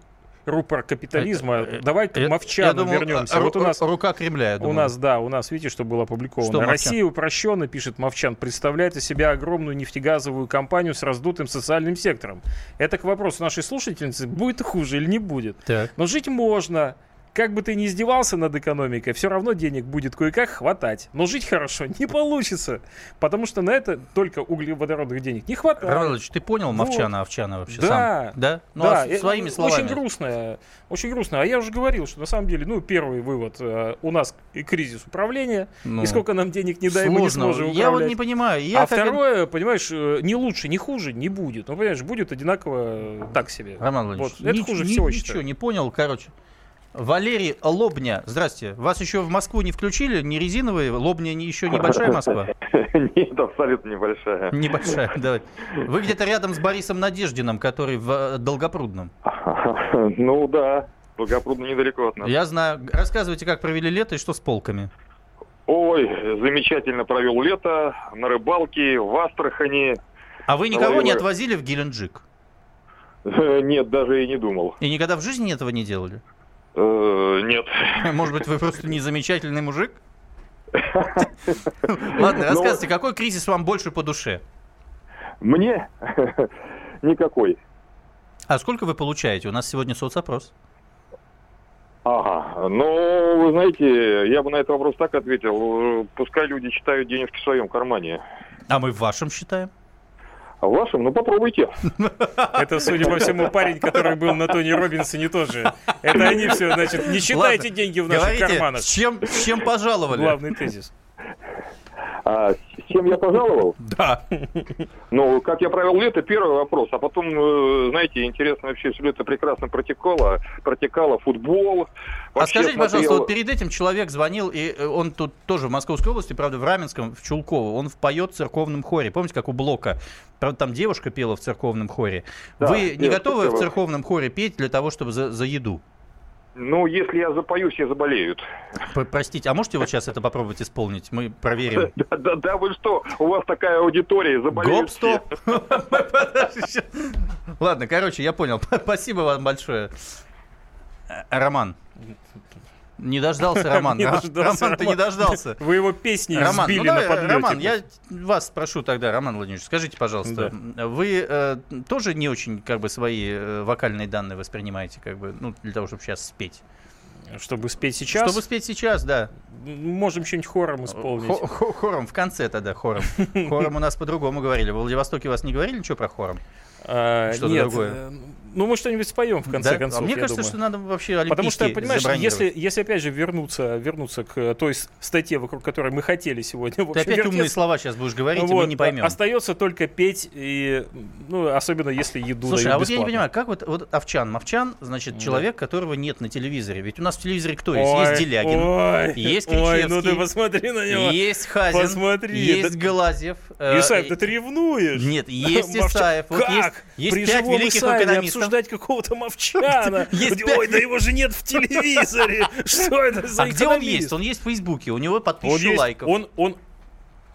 Speaker 3: рупор капитализма.
Speaker 2: Э, э,
Speaker 3: Давай к
Speaker 2: Я- я
Speaker 3: Мовчану
Speaker 2: думал, э,
Speaker 3: вернемся.
Speaker 2: ру-
Speaker 3: вот у нас,
Speaker 2: рука Кремля, я
Speaker 3: у
Speaker 2: думаю.
Speaker 3: нас, да, у нас, видите, что было опубликовано.
Speaker 2: Что, Мовчан?
Speaker 3: Россия упрощенно, пишет Мовчан, представляет из себя огромную нефтегазовую компанию с раздутым социальным сектором. Это к вопросу нашей слушательницы, будет хуже или не будет.
Speaker 2: Так.
Speaker 3: Но жить можно. Как бы ты ни издевался над экономикой, все равно денег будет кое-как хватать. Но жить хорошо не получится, потому что на это только углеводородных денег не хватает.
Speaker 2: Роман Владимирович, ты понял Мовчана Овчана вообще
Speaker 3: Да.
Speaker 2: сам? Да. Ну, а
Speaker 3: Да,
Speaker 2: с-
Speaker 3: э,
Speaker 2: своими
Speaker 3: Очень
Speaker 2: словами.
Speaker 3: грустно, очень грустно. А я уже говорил, что на самом деле, ну, первый вывод, э, у нас и кризис управления,
Speaker 2: Ну,
Speaker 3: и сколько нам денег не дай, мы не
Speaker 2: сложно.
Speaker 3: сможем
Speaker 2: Я вот
Speaker 3: управлять.
Speaker 2: не понимаю. Я
Speaker 3: а
Speaker 2: как-
Speaker 3: второе, понимаешь, э, не лучше, не хуже не будет. Ну, понимаешь, будет одинаково э, так себе.
Speaker 2: Роман Владимирович,
Speaker 3: Вот, это
Speaker 2: ни-
Speaker 3: хуже
Speaker 2: ни-
Speaker 3: всего, я
Speaker 2: ничего
Speaker 3: считаю.
Speaker 2: не понял, короче. Валерий Лобня, здрасте. Вас еще в Москву не включили? Не резиновые? Лобня не, еще небольшая Москва?
Speaker 12: Нет, абсолютно небольшая.
Speaker 2: Небольшая, да. Вы где-то рядом с Борисом Надеждиным, который в э, Долгопрудном.
Speaker 12: Ну да, Благопрудно недалеко от нас.
Speaker 2: Я знаю. Рассказывайте, как провели лето и что с полками.
Speaker 12: Ой, замечательно провел лето на рыбалке, в Астрахани.
Speaker 2: А вы никого
Speaker 12: Ой,
Speaker 2: не
Speaker 12: ой.
Speaker 2: отвозили в Геленджик?
Speaker 12: Нет, даже и не думал.
Speaker 2: И никогда в жизни этого не делали?
Speaker 12: Э, Нет.
Speaker 2: Может быть, вы просто незамечательный мужик? Ладно,
Speaker 12: Ну,
Speaker 2: рассказывайте, какой кризис вам больше по душе?
Speaker 12: Мне никакой.
Speaker 2: А сколько вы получаете? У нас сегодня соцопрос.
Speaker 12: Ага, ну, вы знаете, я бы на этот вопрос так ответил. Э, Пускай люди считают денежки в своем кармане.
Speaker 2: А мы в вашем считаем?
Speaker 12: А в вашем? Ну, попробуйте.
Speaker 3: Это, судя по всему, парень, который был на Тони Робинсоне тоже. Это они все, значит, не считайте
Speaker 2: Ладно,
Speaker 3: деньги в наших
Speaker 2: говорите,
Speaker 3: карманах.
Speaker 2: С чем, с чем пожаловали?
Speaker 3: Главный тезис.
Speaker 12: А с чем я пожаловал?
Speaker 2: Да.
Speaker 12: Ну, как я провел лето, первый вопрос. А потом, э, знаете, интересно вообще, все лето прекрасно протекало. Протекало футбол.
Speaker 2: А
Speaker 12: Вообще
Speaker 2: скажите, пожалуйста,
Speaker 12: смотрел-
Speaker 2: вот перед этим человек звонил, и э, он тут тоже в Московской области, правда, в Раменском, в Чулково, он поет в церковном хоре. Помните, как у Блока? Правда, там девушка пела в церковном хоре.
Speaker 12: Да,
Speaker 2: Вы не
Speaker 12: девушка
Speaker 2: готовы в
Speaker 12: пела.
Speaker 2: церковном хоре петь для того, чтобы за, за еду?
Speaker 12: Ну, если я запою, все заболеют.
Speaker 2: П- Простите, а можете вот сейчас это попробовать исполнить? Мы проверим.
Speaker 12: Да, да, да, вы что? У вас такая аудитория, заболеют
Speaker 2: Гоп,
Speaker 12: все.
Speaker 2: стоп. Ладно, короче, я понял. Спасибо вам большое. Э, Роман. Не дождался Роман.
Speaker 3: Не дождался,
Speaker 2: Роман, ты не
Speaker 3: Роман.
Speaker 2: дождался.
Speaker 3: Вы его песни
Speaker 2: Роман, ну
Speaker 3: сбили
Speaker 2: давай,
Speaker 3: на подлете.
Speaker 2: Роман, я вас спрошу тогда, Роман Владимирович, скажите, пожалуйста, вы э, тоже не очень как бы свои э, вокальные данные воспринимаете, как бы, ну, для того, чтобы сейчас спеть?
Speaker 3: Чтобы спеть сейчас?
Speaker 2: Чтобы спеть сейчас, да.
Speaker 3: Можем что-нибудь хором исполнить.
Speaker 2: Хо- хо- хором, в конце тогда хором. Хором у нас по-другому говорили. В Владивостоке вас не говорили ничего про хором?
Speaker 3: А,
Speaker 2: Что-то
Speaker 3: нет,
Speaker 2: другое.
Speaker 3: э, Ну, мы что-нибудь споем, в конце
Speaker 2: Да? А
Speaker 3: концов,
Speaker 2: мне
Speaker 3: я
Speaker 2: кажется,
Speaker 3: думаю.
Speaker 2: что надо вообще
Speaker 3: Потому что,
Speaker 2: олимпийские
Speaker 3: понимаешь,
Speaker 2: забронировать.
Speaker 3: если, если опять же вернуться, вернуться к э, той с- статье, вокруг которой мы хотели сегодня. в
Speaker 2: Ты
Speaker 3: общем,
Speaker 2: опять
Speaker 3: вертеться,
Speaker 2: умные слова сейчас будешь говорить, и мы
Speaker 3: вот,
Speaker 2: не поймем.
Speaker 3: Остается только петь, и, ну, особенно если еду
Speaker 2: Слушай,
Speaker 3: дают
Speaker 2: а вот я не
Speaker 3: бесплатно.
Speaker 2: понимаю, как вот, вот Овчан, Мовчан, значит,
Speaker 3: Да.
Speaker 2: человек, которого нет на телевизоре. Ведь у нас в телевизоре кто есть?
Speaker 3: Ой,
Speaker 2: есть Делягин,
Speaker 3: ой,
Speaker 2: есть
Speaker 3: ой,
Speaker 2: Кричевский,
Speaker 3: ну ты посмотри на него.
Speaker 2: есть Хазин,
Speaker 3: Посмотри,
Speaker 2: есть
Speaker 3: да-
Speaker 2: Голазев. э,
Speaker 3: Исаев,
Speaker 2: и-
Speaker 3: да ты ревнуешь?
Speaker 2: Нет, есть
Speaker 3: Мовчан-
Speaker 2: Исаев, вот
Speaker 3: Как?
Speaker 2: есть- есть
Speaker 3: При
Speaker 2: пять
Speaker 3: живом
Speaker 2: великих
Speaker 3: Исаеве
Speaker 2: экономистов.
Speaker 3: обсуждать какого-то Мовчана.
Speaker 2: Есть
Speaker 3: Ой,
Speaker 2: пять-
Speaker 3: да его же нет в телевизоре. Что это за
Speaker 2: А где он
Speaker 3: экономист?
Speaker 2: есть? Он есть в Фейсбуке, у него
Speaker 3: Он
Speaker 2: подписчики
Speaker 3: есть,
Speaker 2: лайков.
Speaker 3: Он, он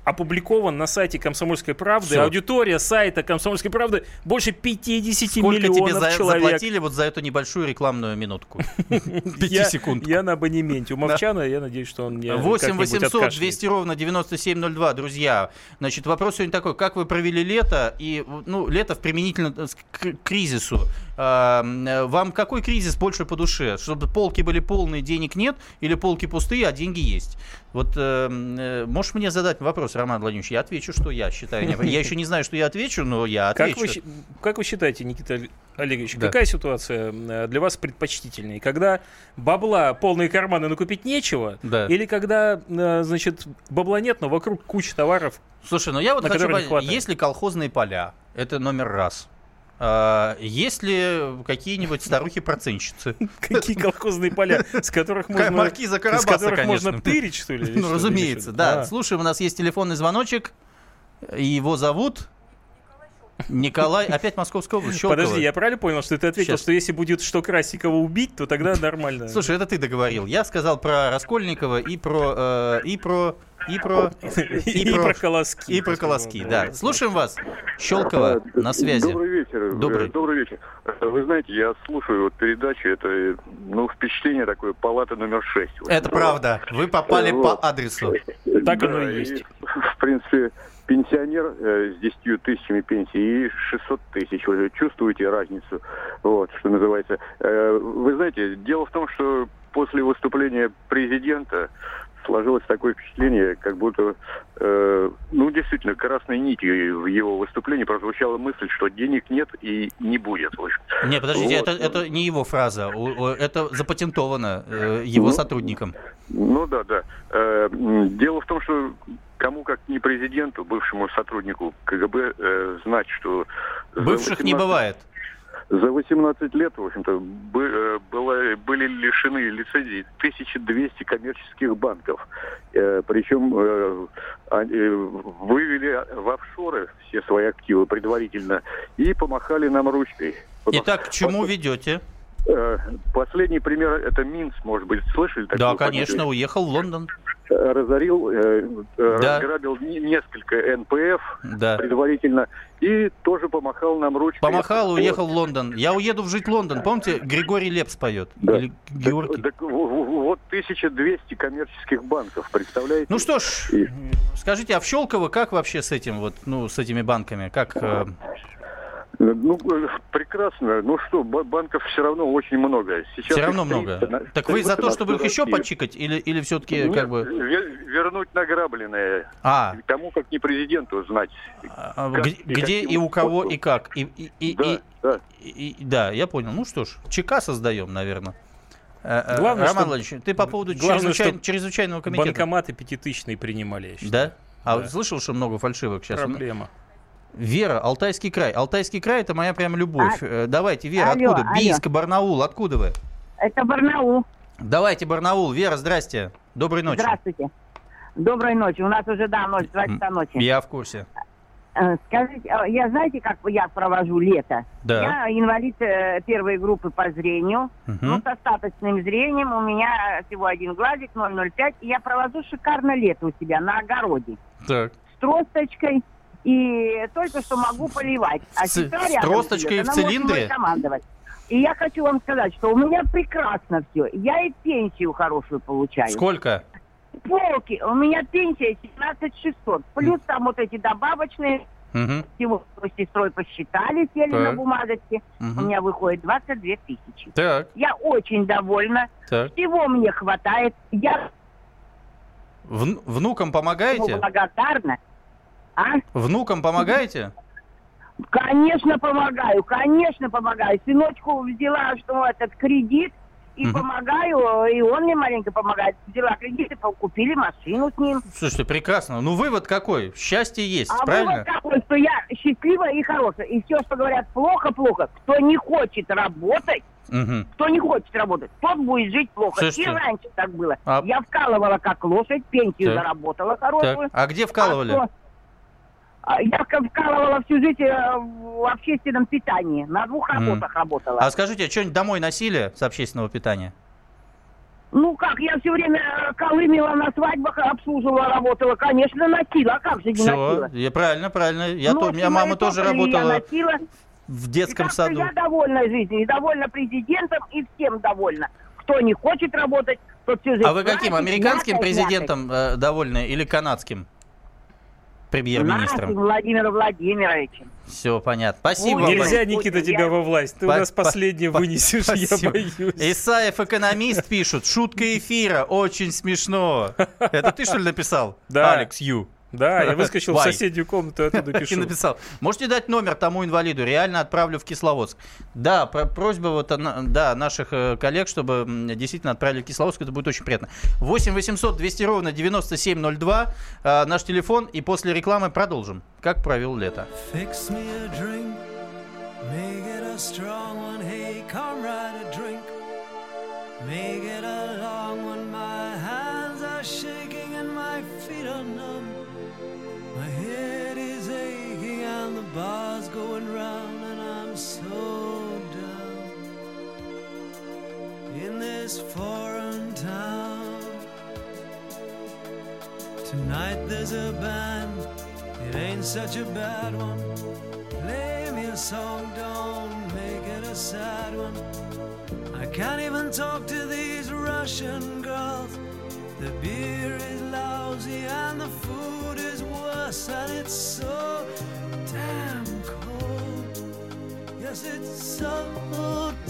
Speaker 3: опубликован на сайте «Комсомольской правды».
Speaker 2: Всё.
Speaker 3: Аудитория сайта «Комсомольской правды» больше 50
Speaker 2: Сколько
Speaker 3: миллионов
Speaker 2: тебе за,
Speaker 3: человек.
Speaker 2: заплатили вот за эту небольшую рекламную минутку? Пяти
Speaker 3: Я-
Speaker 2: секунд.
Speaker 3: Я на абонементе. У Мовчана, я надеюсь, что он мне
Speaker 2: 8
Speaker 3: как-нибудь
Speaker 2: 800
Speaker 3: откашляет.
Speaker 2: 200 ровно 9702, друзья. Значит, вопрос сегодня такой, как вы провели лето? И, ну, лето в применительно э, с- к кризису. А, м, э, Вам какой кризис больше по душе? Чтобы полки были полные, денег нет? Или полки пустые, а деньги есть? Вот э, м, э, можешь мне задать вопрос, Роман Владимирович? Я отвечу, что я считаю. необходимым. Я еще не знаю, что я отвечу, но я
Speaker 3: Как вы, щи-
Speaker 2: отвечу.
Speaker 3: как вы считаете, Никита Оле- Олегович,
Speaker 2: Да.
Speaker 3: какая ситуация э, для вас предпочтительнее? Когда бабла полные карманы, но купить нечего?
Speaker 2: Да.
Speaker 3: Или когда, э, значит, бабла нет, но вокруг куча товаров?
Speaker 2: Слушай, ну я вот
Speaker 3: на
Speaker 2: хочу
Speaker 3: которые не
Speaker 2: понять,
Speaker 3: хватает.
Speaker 2: есть ли колхозные поля? Это номер раз. А, есть ли какие-нибудь старухи-процентщицы?
Speaker 3: Какие колхозные поля, с которых
Speaker 2: Какая
Speaker 3: можно...
Speaker 2: маркиза Карабаса,
Speaker 3: С которых
Speaker 2: конечно.
Speaker 3: можно тырить, что ли? или
Speaker 2: Ну,
Speaker 3: что,
Speaker 2: разумеется,
Speaker 3: или
Speaker 2: да.
Speaker 3: что?
Speaker 2: Слушаем, у нас есть телефонный звоночек. Его зовут... Николай, опять Московская область,
Speaker 3: А.
Speaker 2: Щелково.
Speaker 3: Подожди, я правильно понял, что ты ответил,
Speaker 2: Щас.
Speaker 3: что если будет что Красикова убить, то тогда нормально.
Speaker 2: Слушай, это ты договорил. Я сказал про Раскольникова и про... э, и про... И про...
Speaker 3: И про колоски.
Speaker 2: И про
Speaker 3: ты
Speaker 2: колоски,
Speaker 3: сказал,
Speaker 2: да.
Speaker 3: да.
Speaker 2: Слушаем вас, Щелкова,
Speaker 12: А,
Speaker 2: на связи.
Speaker 12: Добрый вечер.
Speaker 2: Добрый.
Speaker 12: Э, Добрый вечер. Э, Вы знаете, я слушаю вот передачи, это, э, ну, впечатление такое, палата номер 6.
Speaker 2: Это правда. Вы попали по
Speaker 12: Вот.
Speaker 2: адресу.
Speaker 3: Так оно и есть.
Speaker 12: в принципе, пенсионер э, с 10 тысячами пенсии и 600 тысяч. Вы чувствуете разницу, вот, что называется. Э, Вы знаете, дело в том, что после выступления президента сложилось такое впечатление, как будто, э, ну, действительно, красной нитью в его выступлении прозвучала мысль, что денег нет и не будет. в общем.
Speaker 2: Не, подождите,
Speaker 12: Вот.
Speaker 2: это, это не его фраза. У- у- Это запатентовано э, его
Speaker 12: Ну,
Speaker 2: сотрудником.
Speaker 12: Ну да, да. Э, м, Дело в том, что кому как не президенту, бывшему сотруднику КГБ, э, знать, что... за
Speaker 2: Бывших не
Speaker 12: 18
Speaker 2: бывает.
Speaker 12: За 18 лет, в общем-то, бы- э, было- были лишены лицензии 1200 коммерческих банков. Э, Причем э, они вывели в офшоры все свои активы предварительно и помахали нам ручкой.
Speaker 2: Итак, к чему ведете?
Speaker 12: Э, Последний пример – это Минс, может быть, слышали? такую
Speaker 2: Да,
Speaker 12: фамилию?
Speaker 2: конечно, уехал в Лондон.
Speaker 12: Э, Разорил, э, э,
Speaker 2: Да.
Speaker 12: разграбил не- несколько НПФ
Speaker 2: Да.
Speaker 12: предварительно и тоже помахал нам ручкой.
Speaker 2: Помахал и
Speaker 12: Вот.
Speaker 2: уехал в Лондон. Я уеду в жить Лондон. Помните, Григорий Лепс поет? Или Георгий?
Speaker 12: Так в- в- вот 1200 коммерческих банков, представляете?
Speaker 2: Ну что ж, скажите, а в Щелково как вообще с этим вот, ну, с этими банками? Как э,
Speaker 12: Ну, э, прекрасно. Ну что, ба- банков все равно очень много. Сейчас
Speaker 2: все равно
Speaker 12: их 30
Speaker 2: много?
Speaker 12: на-
Speaker 2: Так вы за
Speaker 12: 30
Speaker 2: то,
Speaker 12: на
Speaker 2: чтобы их
Speaker 12: 40
Speaker 2: еще
Speaker 12: и-
Speaker 2: почикать? Или, или все-таки
Speaker 12: Нет, э,
Speaker 2: как бы...
Speaker 12: ве- Вернуть награбленное.
Speaker 2: А.
Speaker 12: Тому, как не президенту знать.
Speaker 2: А,
Speaker 12: как
Speaker 2: где, где
Speaker 12: каким
Speaker 2: и у кого
Speaker 12: способом.
Speaker 2: и как. И, и- и-
Speaker 12: Да,
Speaker 2: и- и- и- да, я понял. Ну что ж, ЧК создаем, наверное. Э, э,
Speaker 3: Главное,
Speaker 2: Роман
Speaker 3: чтоб-
Speaker 2: Владимирович, ты по поводу
Speaker 3: главное,
Speaker 2: чрезвычай-
Speaker 3: чтоб
Speaker 2: чрезвычайного комитета.
Speaker 3: Банкоматы пятитысячные принимали, я считаю.
Speaker 2: Да? А
Speaker 3: Да.
Speaker 2: слышал, что много фальшивок сейчас?
Speaker 3: Проблема.
Speaker 2: Вера, Алтайский край. Алтайский край это моя прям любовь. Э, Давайте, Вера,
Speaker 6: А- Алло,
Speaker 2: откуда?
Speaker 6: алло.
Speaker 2: Бийск, Барнаул, откуда вы?
Speaker 6: Это Барнаул.
Speaker 2: Давайте, Барнаул. Вера, здрасте. Доброй ночи.
Speaker 6: Здравствуйте. Доброй ночи. У нас уже, да, ночь, два часа ночи.
Speaker 2: Я в курсе.
Speaker 6: Э, Скажите, а я знаете, как я провожу лето?
Speaker 2: Да.
Speaker 6: Я инвалид э, первой группы по зрению,
Speaker 2: Мгм.
Speaker 6: ну, с остаточным зрением. У меня всего один глазик, 0,05. И я провожу шикарно лето у себя на огороде.
Speaker 2: Так.
Speaker 6: С тросточкой. И только что могу поливать. А
Speaker 2: С-
Speaker 6: сестра
Speaker 2: с
Speaker 6: рядом
Speaker 2: тросточкой
Speaker 6: сидит,
Speaker 2: в
Speaker 6: она может
Speaker 2: цилиндре?
Speaker 6: мной командовать. И я хочу вам сказать, что у меня прекрасно все. Я и пенсию хорошую получаю.
Speaker 2: Сколько?
Speaker 6: Полки. У меня пенсия 17 600. Плюс там вот эти добавочные
Speaker 2: Мгм.
Speaker 6: всего мы с сестрой посчитали, сели
Speaker 2: Так.
Speaker 6: на бумажечке.
Speaker 2: Мгм.
Speaker 6: У меня выходит 22 тысячи.
Speaker 2: Так,
Speaker 6: Я очень довольна.
Speaker 2: так.
Speaker 6: Всего мне хватает. Я
Speaker 2: Вн- внукам
Speaker 6: ему
Speaker 2: помогаете?
Speaker 6: благодарна. А?
Speaker 2: Внукам помогаете?
Speaker 6: Конечно, помогаю, конечно, помогаю. Сыночку взяла, что этот кредит, и
Speaker 2: Мгм.
Speaker 6: помогаю, и он мне маленько помогает. Взяла кредит и купили машину с ним.
Speaker 2: Слушайте, прекрасно. Ну вывод какой? Счастье есть,
Speaker 6: А
Speaker 2: правильно?
Speaker 6: вывод такой, что я счастлива и хорошая. И все, что говорят плохо-плохо, кто не хочет работать,
Speaker 2: Мгм.
Speaker 6: кто не хочет работать, тот будет жить плохо.
Speaker 2: Слушайте.
Speaker 6: И раньше так было.
Speaker 2: А-
Speaker 6: Я вкалывала как лошадь, пенсию
Speaker 2: Так.
Speaker 6: заработала
Speaker 2: Так.
Speaker 6: хорошую.
Speaker 2: А где вкалывали?
Speaker 6: А что? А Я вка- вкалывала всю жизнь э, в общественном питании. На двух
Speaker 2: Мгм.
Speaker 6: работах работала.
Speaker 2: А скажите, а что-нибудь домой носили с общественного питания?
Speaker 6: Ну как, я все время э, колымила на свадьбах, обслуживала, работала. Конечно, носила. А как же не
Speaker 2: Все,
Speaker 6: носила?
Speaker 2: правильно, правильно. Я то, у
Speaker 6: Ночи
Speaker 2: меня мама
Speaker 6: мои
Speaker 2: тоже
Speaker 6: топали, я
Speaker 2: работала
Speaker 6: носила.
Speaker 2: в детском
Speaker 6: Так что
Speaker 2: саду.
Speaker 6: Я довольна жизнью, и довольна президентом, и всем довольна. Кто не хочет работать, тот всю жизнь...
Speaker 2: А вы каким,
Speaker 6: мякоть,
Speaker 2: американским
Speaker 6: мякоть,
Speaker 2: президентом э, довольны или канадским
Speaker 6: мякоть. Нашим
Speaker 2: премьер-министром?
Speaker 6: Владимиром Владимировичем.
Speaker 2: Все понятно. Спасибо вам.
Speaker 3: Нельзя, Никита, тебя во власть. Ты у
Speaker 2: Па-
Speaker 3: нас
Speaker 2: па-
Speaker 3: последний
Speaker 2: па-
Speaker 3: вынесешь, я
Speaker 2: спасибо.
Speaker 3: боюсь.
Speaker 2: Исаев экономист пишет, шутка эфира, очень смешно. Это ты что ли написал?
Speaker 3: Да.
Speaker 2: Алекс Ю.
Speaker 3: Да, я выскочил в
Speaker 2: Why?
Speaker 3: соседнюю комнату и оттуда
Speaker 2: И
Speaker 3: пишу.
Speaker 2: написал. Можете дать номер тому инвалиду, реально отправлю в Кисловодск. Да, про- просьба вот она- да, наших э, коллег, чтобы м, действительно отправили в Кисловодск, это будет очень приятно. 8 800 200 ровно 9702, э, наш телефон, и после рекламы продолжим. Как провел лето.
Speaker 13: Fix me a drink, make it a strong one. Hey, comrade, a drink, make it a long one. My hands are shaking and my feet are numb. My head is aching and the bar's going round, and I'm so down in this foreign town. Tonight there's a band. It ain't such a bad one. Play me a song, don't make it a sad one. I can't even talk to these Russian girls. The beer is lousy and the food is worse, and it's so damn cold. Yes, it's so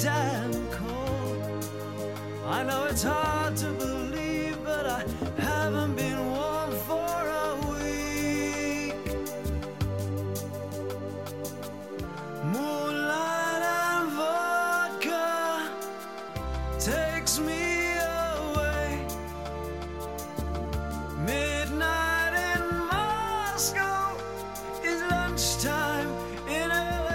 Speaker 13: damn cold. I know it's hard to believe, but I haven't been warm for a week. Moonlight and vodka takes me away. Midnight in Moscow is lunchtime in LA.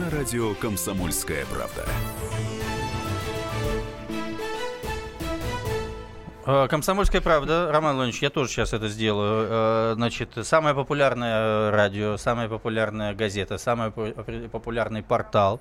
Speaker 1: На радио «Комсомольская правда».
Speaker 2: Э, Комсомольская правда, Роман Леонидович, я тоже сейчас это сделаю. Э, Значит, самое популярное радио, самая популярная газета, самый по- попри- популярный портал.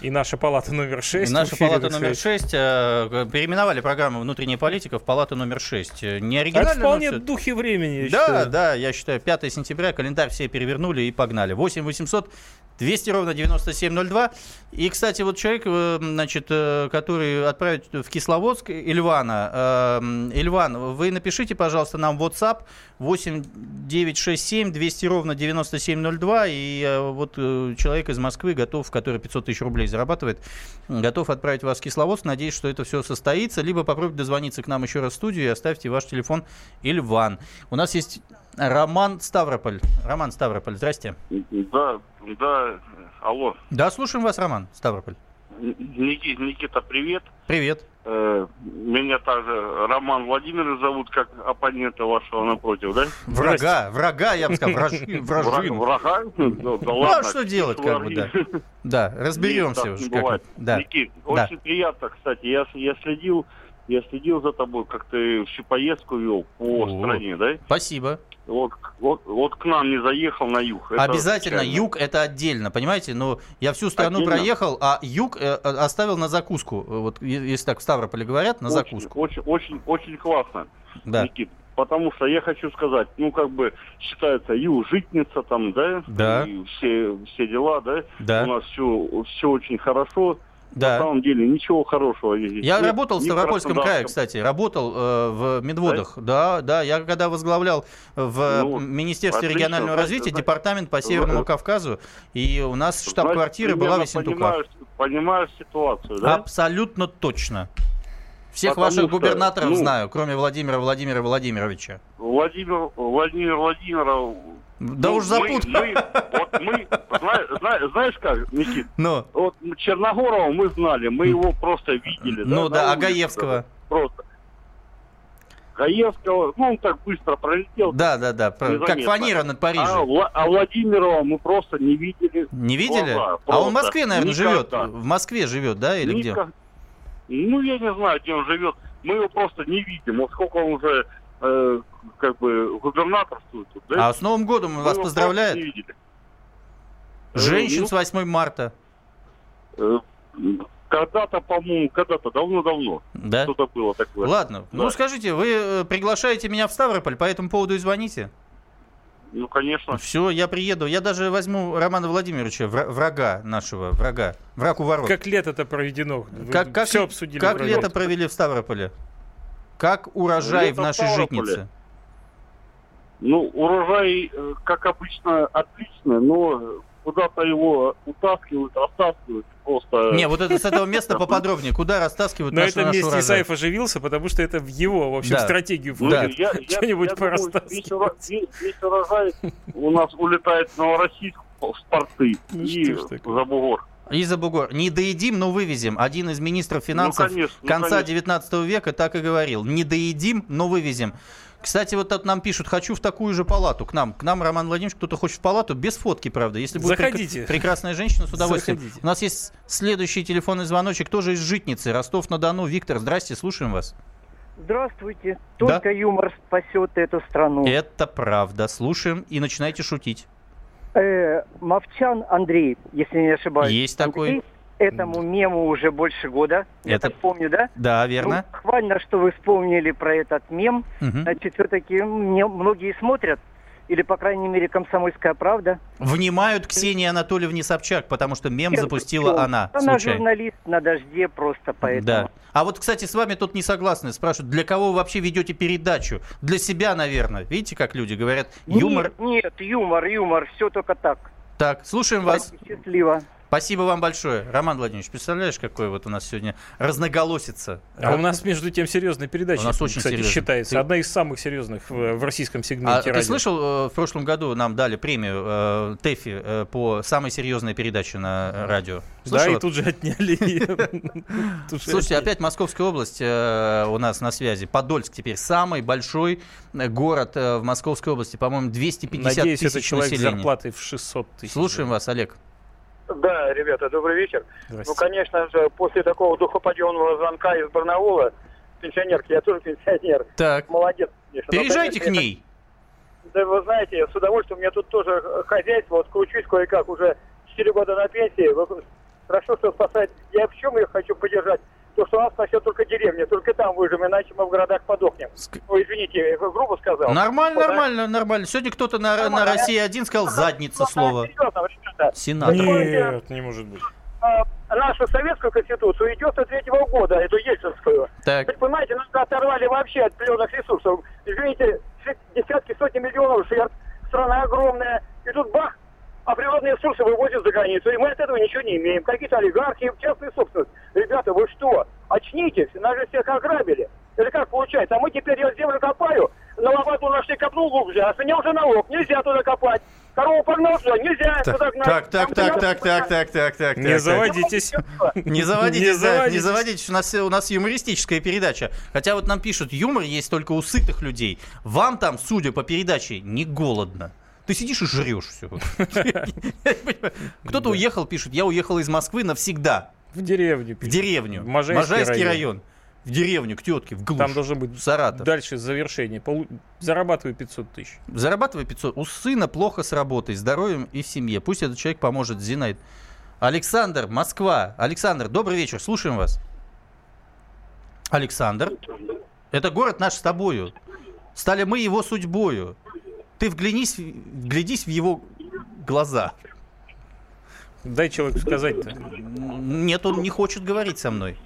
Speaker 3: И наша палата номер 6.
Speaker 2: И наша палата номер 6 переименовали программу «Внутренняя политика» в палату номер 6. Не оригинально,
Speaker 3: А Это вполне
Speaker 2: но всё-
Speaker 3: духи времени, я
Speaker 2: да,
Speaker 3: считаю.
Speaker 2: да, я считаю, 5 сентября, календарь все перевернули и погнали. 8 800 200 ровно 9702. И, кстати, вот человек, э, значит, э, который отправит в Кисловодск, Ильвана. Эм, Ильван, вы напишите, пожалуйста, нам в WhatsApp 8967 200 ровно 9702. И э, вот э, человек из Москвы готов, который 500 тысяч рублей зарабатывает, м, готов отправить вас в Кисловодск. Надеюсь, что это все состоится. Либо попробуйте дозвониться к нам еще раз в студию и оставьте ваш телефон Ильван. У нас есть Роман Ставрополь. Роман Ставрополь, здрасте.
Speaker 14: Да, да, алло.
Speaker 2: Да, слушаем вас, Роман Ставрополь.
Speaker 14: Н- Ники- Никита, привет.
Speaker 2: Привет.
Speaker 14: Э, Меня также Роман Владимирович зовут, как оппонента вашего напротив, да?
Speaker 2: Врага, врага, я бы сказал, вражи- вражин.
Speaker 14: Вра- Врага? Ну, да
Speaker 2: Ну, а
Speaker 14: ладно.
Speaker 2: что делать, как бы, да. Да, разберемся
Speaker 14: Нет, так
Speaker 2: уже.
Speaker 14: не
Speaker 2: как-
Speaker 14: бывает.
Speaker 2: да.
Speaker 14: Никит,
Speaker 2: Да.
Speaker 14: очень приятно, кстати. Я, с- я следил, я следил за тобой, как ты всю поездку вел по
Speaker 2: О.
Speaker 14: стране, да?
Speaker 2: Спасибо.
Speaker 14: Вот, вот, вот к нам не заехал на юг. Это
Speaker 2: Обязательно,
Speaker 14: печально.
Speaker 2: юг это отдельно, понимаете? Но я всю страну
Speaker 14: Отдельно?
Speaker 2: проехал, а юг э, о- оставил на закуску. Э, Вот е- если так в Ставрополе говорят, на
Speaker 14: Очень,
Speaker 2: закуску.
Speaker 14: Очень, очень, очень классно,
Speaker 2: Да.
Speaker 14: Никит. Потому что я хочу сказать, ну как бы считается южитница там, да,
Speaker 2: Да.
Speaker 14: и все, все дела, да,
Speaker 2: Да.
Speaker 14: у нас все, все очень хорошо.
Speaker 2: Да.
Speaker 14: На самом деле ничего хорошего здесь
Speaker 2: Я
Speaker 14: нет.
Speaker 2: работал в
Speaker 14: Ни
Speaker 2: Ставропольском крае,
Speaker 14: Краснодарском.
Speaker 2: кстати, работал э, в Медводах. Да? да, я когда возглавлял в
Speaker 14: Ну,
Speaker 2: Министерстве
Speaker 14: отлично,
Speaker 2: регионального
Speaker 14: значит,
Speaker 2: развития
Speaker 14: значит,
Speaker 2: департамент по Северному
Speaker 14: э,
Speaker 2: Кавказу, и у нас штаб-квартира
Speaker 14: Значит,
Speaker 2: была в
Speaker 14: ну, примерно
Speaker 2: Ессентуках.
Speaker 14: Понимаешь, понимаешь ситуацию, да?
Speaker 2: Абсолютно точно. Всех
Speaker 14: Потому
Speaker 2: ваших
Speaker 14: что,
Speaker 2: губернаторов
Speaker 14: ну,
Speaker 2: знаю, кроме Владимира Владимира Владимировича.
Speaker 14: Владимир, Владимир Владимиров...
Speaker 2: Да
Speaker 14: ну,
Speaker 2: уж
Speaker 14: мы-
Speaker 2: запутал.
Speaker 14: мы- вот мы, зна- зна- знаешь как, Никит?
Speaker 2: Ну.
Speaker 14: Вот Черногорова мы знали, мы его просто видели.
Speaker 2: Ну
Speaker 14: на
Speaker 2: да, а
Speaker 14: улице,
Speaker 2: Гаевского?
Speaker 14: Просто. Гаевского, ну он так быстро пролетел.
Speaker 2: Да, да, да. про- Как
Speaker 14: незаметно.
Speaker 2: фанера над Парижем.
Speaker 14: А, Вла- а Владимирова мы просто не видели.
Speaker 2: Не видели?
Speaker 14: в глаза,
Speaker 2: а он
Speaker 14: просто.
Speaker 2: в Москве, наверное, живет.
Speaker 14: Никогда.
Speaker 2: В Москве живет, да, или где?
Speaker 14: Никак- Ну, я не знаю, где он живет. Мы его просто не видим. Вот сколько он уже э, как бы губернаторствует. тут, да?
Speaker 2: А с Новым годом он
Speaker 14: Мы
Speaker 2: вас
Speaker 14: его просто
Speaker 2: поздравляет?
Speaker 14: не видели. Э,
Speaker 2: Женщин
Speaker 14: ну,
Speaker 2: с 8 марта.
Speaker 14: э, Когда-то, по-моему, когда-то, давно-давно.
Speaker 2: Да?
Speaker 14: Что-то было такое.
Speaker 2: Ладно.
Speaker 14: Да.
Speaker 2: Ну скажите, вы э, приглашаете меня в Ставрополь, по этому поводу и звоните.
Speaker 14: Ну, конечно.
Speaker 2: Все, я приеду. Я даже возьму Романа Владимировича, вра- врага нашего, врага. Враг у ворот.
Speaker 3: Как лето-то проведено. Вы
Speaker 2: Как, как-
Speaker 3: все обсудили.
Speaker 2: Как
Speaker 3: про
Speaker 2: лето провели в Ставрополе? Как урожай
Speaker 14: Лето
Speaker 2: в
Speaker 14: в
Speaker 2: нашей
Speaker 14: Ставрополе.
Speaker 2: житнице?
Speaker 14: Ну, урожай, э, как обычно, отлично, но куда-то его утаскивают, оттаскивают просто.
Speaker 2: Не, вот это с этого места поподробнее. Куда растаскивают
Speaker 3: На
Speaker 2: наш,
Speaker 3: этом
Speaker 2: наш
Speaker 3: месте
Speaker 2: урожай?
Speaker 3: Исаев оживился, потому что это в его, в общем,
Speaker 2: Да. Ну,
Speaker 3: стратегию
Speaker 2: Да.
Speaker 3: входит.
Speaker 14: Я- я-
Speaker 3: Что-нибудь
Speaker 14: я думаю,
Speaker 3: просто.
Speaker 14: весь ура- весь- весь урожай у нас улетает в Новороссийск в порты и за бугор.
Speaker 2: И за бугор. Не доедим, но вывезем. Один из министров финансов
Speaker 14: конечно, ну,
Speaker 2: конца
Speaker 14: конечно.
Speaker 2: 19 века так и говорил. Не доедим, но вывезем. Кстати, вот тут нам пишут, хочу в такую же палату к нам. К нам, Роман Владимирович, кто-то хочет в палату, без фотки, правда. Если будет прек-
Speaker 3: Заходите.
Speaker 2: прекрасная женщина, с удовольствием.
Speaker 3: Заходите.
Speaker 2: У нас есть следующий телефонный звоночек, тоже из Житницы, Ростов-на-Дону. Виктор, здрасте, слушаем вас.
Speaker 15: Здравствуйте. Только юмор спасет эту страну.
Speaker 2: Это правда. Слушаем и начинайте шутить.
Speaker 15: Э, Мовчан Андрей, если не ошибаюсь.
Speaker 2: Есть такой.
Speaker 15: Этому мему уже больше года. Я
Speaker 2: Это-
Speaker 15: так помню, да?
Speaker 2: Да, верно.
Speaker 15: Ну, хвально, что вы вспомнили про этот мем.
Speaker 2: Мгм.
Speaker 15: Значит, все-таки мне многие смотрят. Или, по крайней мере, комсомольская правда.
Speaker 2: Внимают Ксении Анатольевне Собчак, потому что мем запустила она.
Speaker 15: Она
Speaker 2: А, случайно.
Speaker 15: журналист на дожде просто поэтому.
Speaker 2: Да. А вот, кстати, с вами тут не согласны. Спрашивают, для кого вы вообще ведете передачу? Для себя, наверное. Видите, как люди говорят? Ну, Юмор.
Speaker 15: Нет, нет, юмор, юмор, все только так.
Speaker 2: Так, слушаем вас.
Speaker 15: Счастливо.
Speaker 2: Спасибо вам большое. Роман Владимирович, представляешь, какой вот у нас сегодня разноголосица?
Speaker 3: А у нас, между тем, серьезная передача,
Speaker 2: У нас очень
Speaker 3: кстати,
Speaker 2: серьезная.
Speaker 3: считается.
Speaker 2: Ты-
Speaker 3: Одна из самых серьезных в, в российском
Speaker 2: А
Speaker 3: сегменте
Speaker 2: ты
Speaker 3: радио.
Speaker 2: слышал, э, в прошлом году нам дали премию э, ТЭФИ э, по самой серьезной передаче на э, радио?
Speaker 3: Да,
Speaker 2: Слышала?
Speaker 3: и тут же отняли. Тут же
Speaker 2: Слушайте, а
Speaker 3: отняли.
Speaker 2: опять Московская область э, у нас на связи. Подольск теперь самый большой э, город э, в Московской области. По-моему, 250
Speaker 3: Надеюсь,
Speaker 2: тысяч
Speaker 3: это человек с
Speaker 2: населения.
Speaker 3: зарплатой в 600 тысяч.
Speaker 2: Слушаем вас, Олег.
Speaker 16: Да, ребята, добрый вечер.
Speaker 3: Здрасте.
Speaker 16: Ну, конечно же, после такого духоподъемного звонка из Барнаула, пенсионерки, я тоже пенсионер.
Speaker 2: Так.
Speaker 16: Молодец. конечно.
Speaker 3: Ну,
Speaker 16: Но,
Speaker 2: Переезжайте к
Speaker 16: конечно,
Speaker 2: ней.
Speaker 16: я- Да вы знаете, с удовольствием, у меня тут тоже э, хозяйство, вот кручусь кое-как, уже 4 года на пенсии. Вы- Хорошо, что спасает. Я в чем ее хочу поддержать? То, что у нас насчет только деревни, только там выжим, иначе мы в городах подохнем. Ну, извините, я грубо сказал.
Speaker 2: Нормально,
Speaker 16: Вот, а-
Speaker 2: нормально, нормально. Сегодня кто-то на, на
Speaker 16: Нормально.
Speaker 2: России один сказал задница слово.
Speaker 16: Серьезно, ребята.
Speaker 2: Сенатор.
Speaker 3: Нет, не может быть.
Speaker 16: а, нашу советскую конституцию идет до третьего года, эту ельцинскую.
Speaker 2: Так.
Speaker 16: Вы понимаете, нас оторвали вообще от пленных ресурсов. Извините, ши- десятки, сотни миллионов жертв, страна огромная, и тут бах, а природные ресурсы вывозят за границу, и мы от этого ничего не имеем. Какие-то олигархи, частные собственность. Ребята, вы что? Очнитесь, нас же всех ограбили. Это как получается? А мы теперь я землю копаю, на лопату нашли копнул глубже, а с меня уже налог, нельзя туда копать. Корову погнал сюда, нельзя туда гнать.
Speaker 2: Так, так, так, так, так, так, так, так.
Speaker 3: Не
Speaker 2: так.
Speaker 3: заводитесь.
Speaker 2: Не заводитесь, да, не
Speaker 3: заводитесь.
Speaker 2: заводитесь. У нас, у нас юмористическая передача. Хотя вот нам пишут, юмор есть только у сытых людей. Вам там, судя по передаче, не голодно. Ты сидишь и жрешь все. Кто-то уехал, пишет, я уехал из Москвы навсегда.
Speaker 3: В деревню.
Speaker 2: В деревню.
Speaker 3: Можайский
Speaker 2: Можайский
Speaker 3: район.
Speaker 2: район. В деревню, к тетке, в глушь.
Speaker 3: Там должно быть
Speaker 2: Саратов.
Speaker 3: дальше завершение. Полу- Зарабатываю 500 тысяч.
Speaker 2: Зарабатывай 500. У сына плохо с работой, здоровьем и в семье. Пусть этот человек поможет, Зинаид. Александр, Москва. Александр, добрый вечер, слушаем вас. Александр, это город наш с тобою. Стали мы его судьбою. Ты вглянись, вглядись в его глаза.
Speaker 3: Дай человеку сказать-то.
Speaker 2: Нет, он не хочет говорить со мной.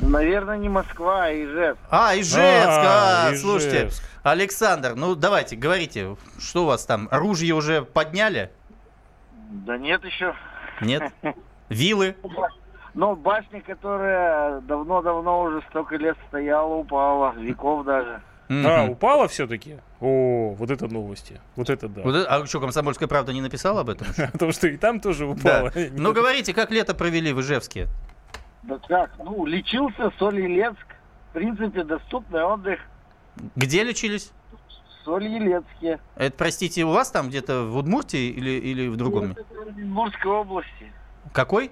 Speaker 17: Наверное, не Москва, а Ижевск.
Speaker 2: А, Ижевск,
Speaker 17: А,
Speaker 2: а, слушайте.
Speaker 17: Ижевск.
Speaker 2: Александр, ну давайте, говорите, что у вас там? Оружие уже подняли?
Speaker 17: Да нет еще.
Speaker 2: Нет? Вилы?
Speaker 17: Но башня, которая давно-давно уже столько лет стояла, упала, веков даже.
Speaker 3: А, упала все-таки? О, вот это новости. Вот это да.
Speaker 2: Вот это- а что, «Комсомольская правда» не написала об этом?
Speaker 3: Потому что и там тоже
Speaker 2: Да.
Speaker 3: упала.
Speaker 2: Ну, говорите, как лето провели в Ижевске?
Speaker 17: Да как, ну, лечился Соль-Елецк. В принципе, доступный отдых
Speaker 2: Где лечились?
Speaker 17: в Соль-Елецке.
Speaker 2: Это, простите, у вас там где-то в Удмуртии или, или в другом?
Speaker 17: Оренбургской области.
Speaker 2: Какой?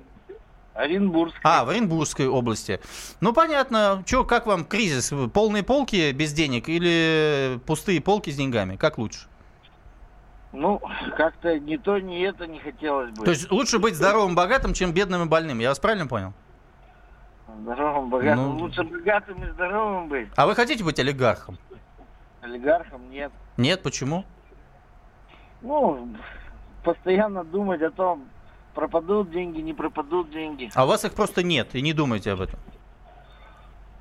Speaker 17: Оренбургской.
Speaker 2: А, в Оренбургской области. Ну, понятно. Че, как вам кризис? Полные полки без денег или пустые полки с деньгами? Как лучше?
Speaker 17: Ну, как-то ни то, ни это не хотелось бы.
Speaker 2: То есть лучше быть здоровым, богатым, чем бедным и больным. Я вас правильно понял?
Speaker 17: Здоровым, богатым.
Speaker 2: Ну.
Speaker 17: Лучше богатым и здоровым быть.
Speaker 2: А вы хотите быть олигархом?
Speaker 17: Олигархом нет.
Speaker 2: Нет, почему?
Speaker 17: Ну, постоянно думать о том, пропадут деньги, не пропадут деньги.
Speaker 2: А у вас их просто нет, и не думайте об этом.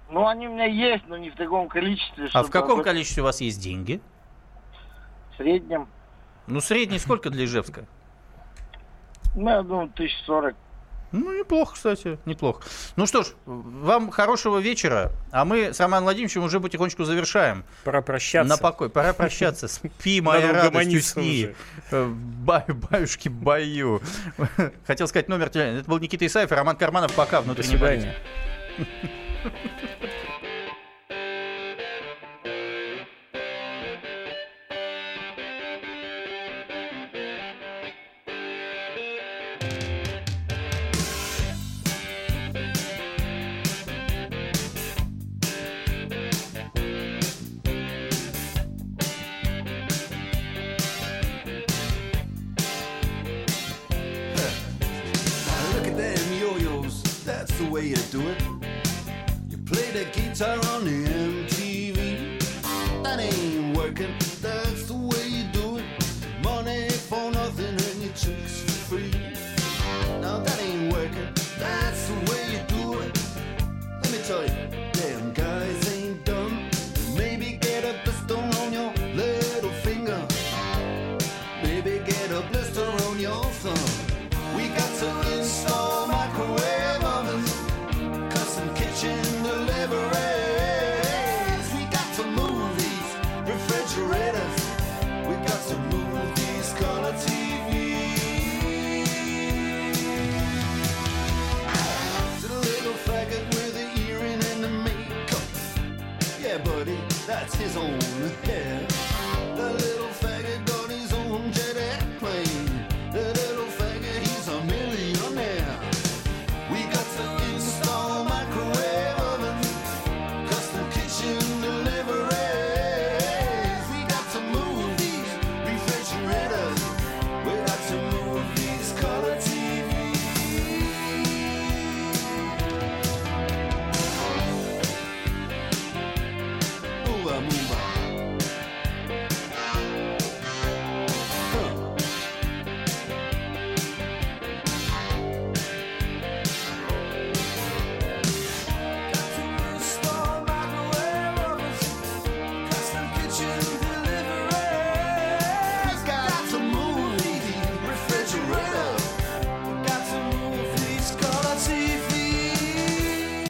Speaker 17: Ну, они у меня есть, но не в таком количестве.
Speaker 2: А
Speaker 17: чтобы
Speaker 2: в каком
Speaker 17: об-
Speaker 2: количестве у вас есть деньги?
Speaker 17: В среднем,
Speaker 2: Ну, средний сколько для Ижевска?
Speaker 17: ну, я думаю, тысяч сорок.
Speaker 2: Ну, неплохо, кстати, неплохо. Ну что ж, вам хорошего вечера, а мы с Романом Владимировичем уже потихонечку завершаем.
Speaker 3: Пора прощаться.
Speaker 2: На покой, пора прощаться. Спи,
Speaker 3: Надо
Speaker 2: моя радость,
Speaker 3: угомониться
Speaker 2: усни.
Speaker 3: уже.
Speaker 2: Э, ба- баюшки, баю. Хотел сказать номер телефона. Это был Никита Исаев и Роман Карманов. Пока, внутренний
Speaker 3: свидания.
Speaker 2: политик.
Speaker 18: Look at them yo-yos, that's the way you do it. You play the guitar on the MTV. That ain't working, that's the way you do it. Money for nothing and your chicks for free. Now that ain't working, that's the way you do it. Let me tell you, them guys ain't dumb. Maybe get a blister on your little finger. Maybe get a blister on your thumb. We got to install. that's his own hair. The little faggot got his own jet airplane. The little faggot, he's a millionaire. We got to install microwave oven, custom kitchen deliveries. We got to move these refrigerators. We got to move these color TVs. Move on, move on. Huh. Got to install microwave ovens, custom kitchen deliveries. Got to move these refrigerators. Got to move these color TVs.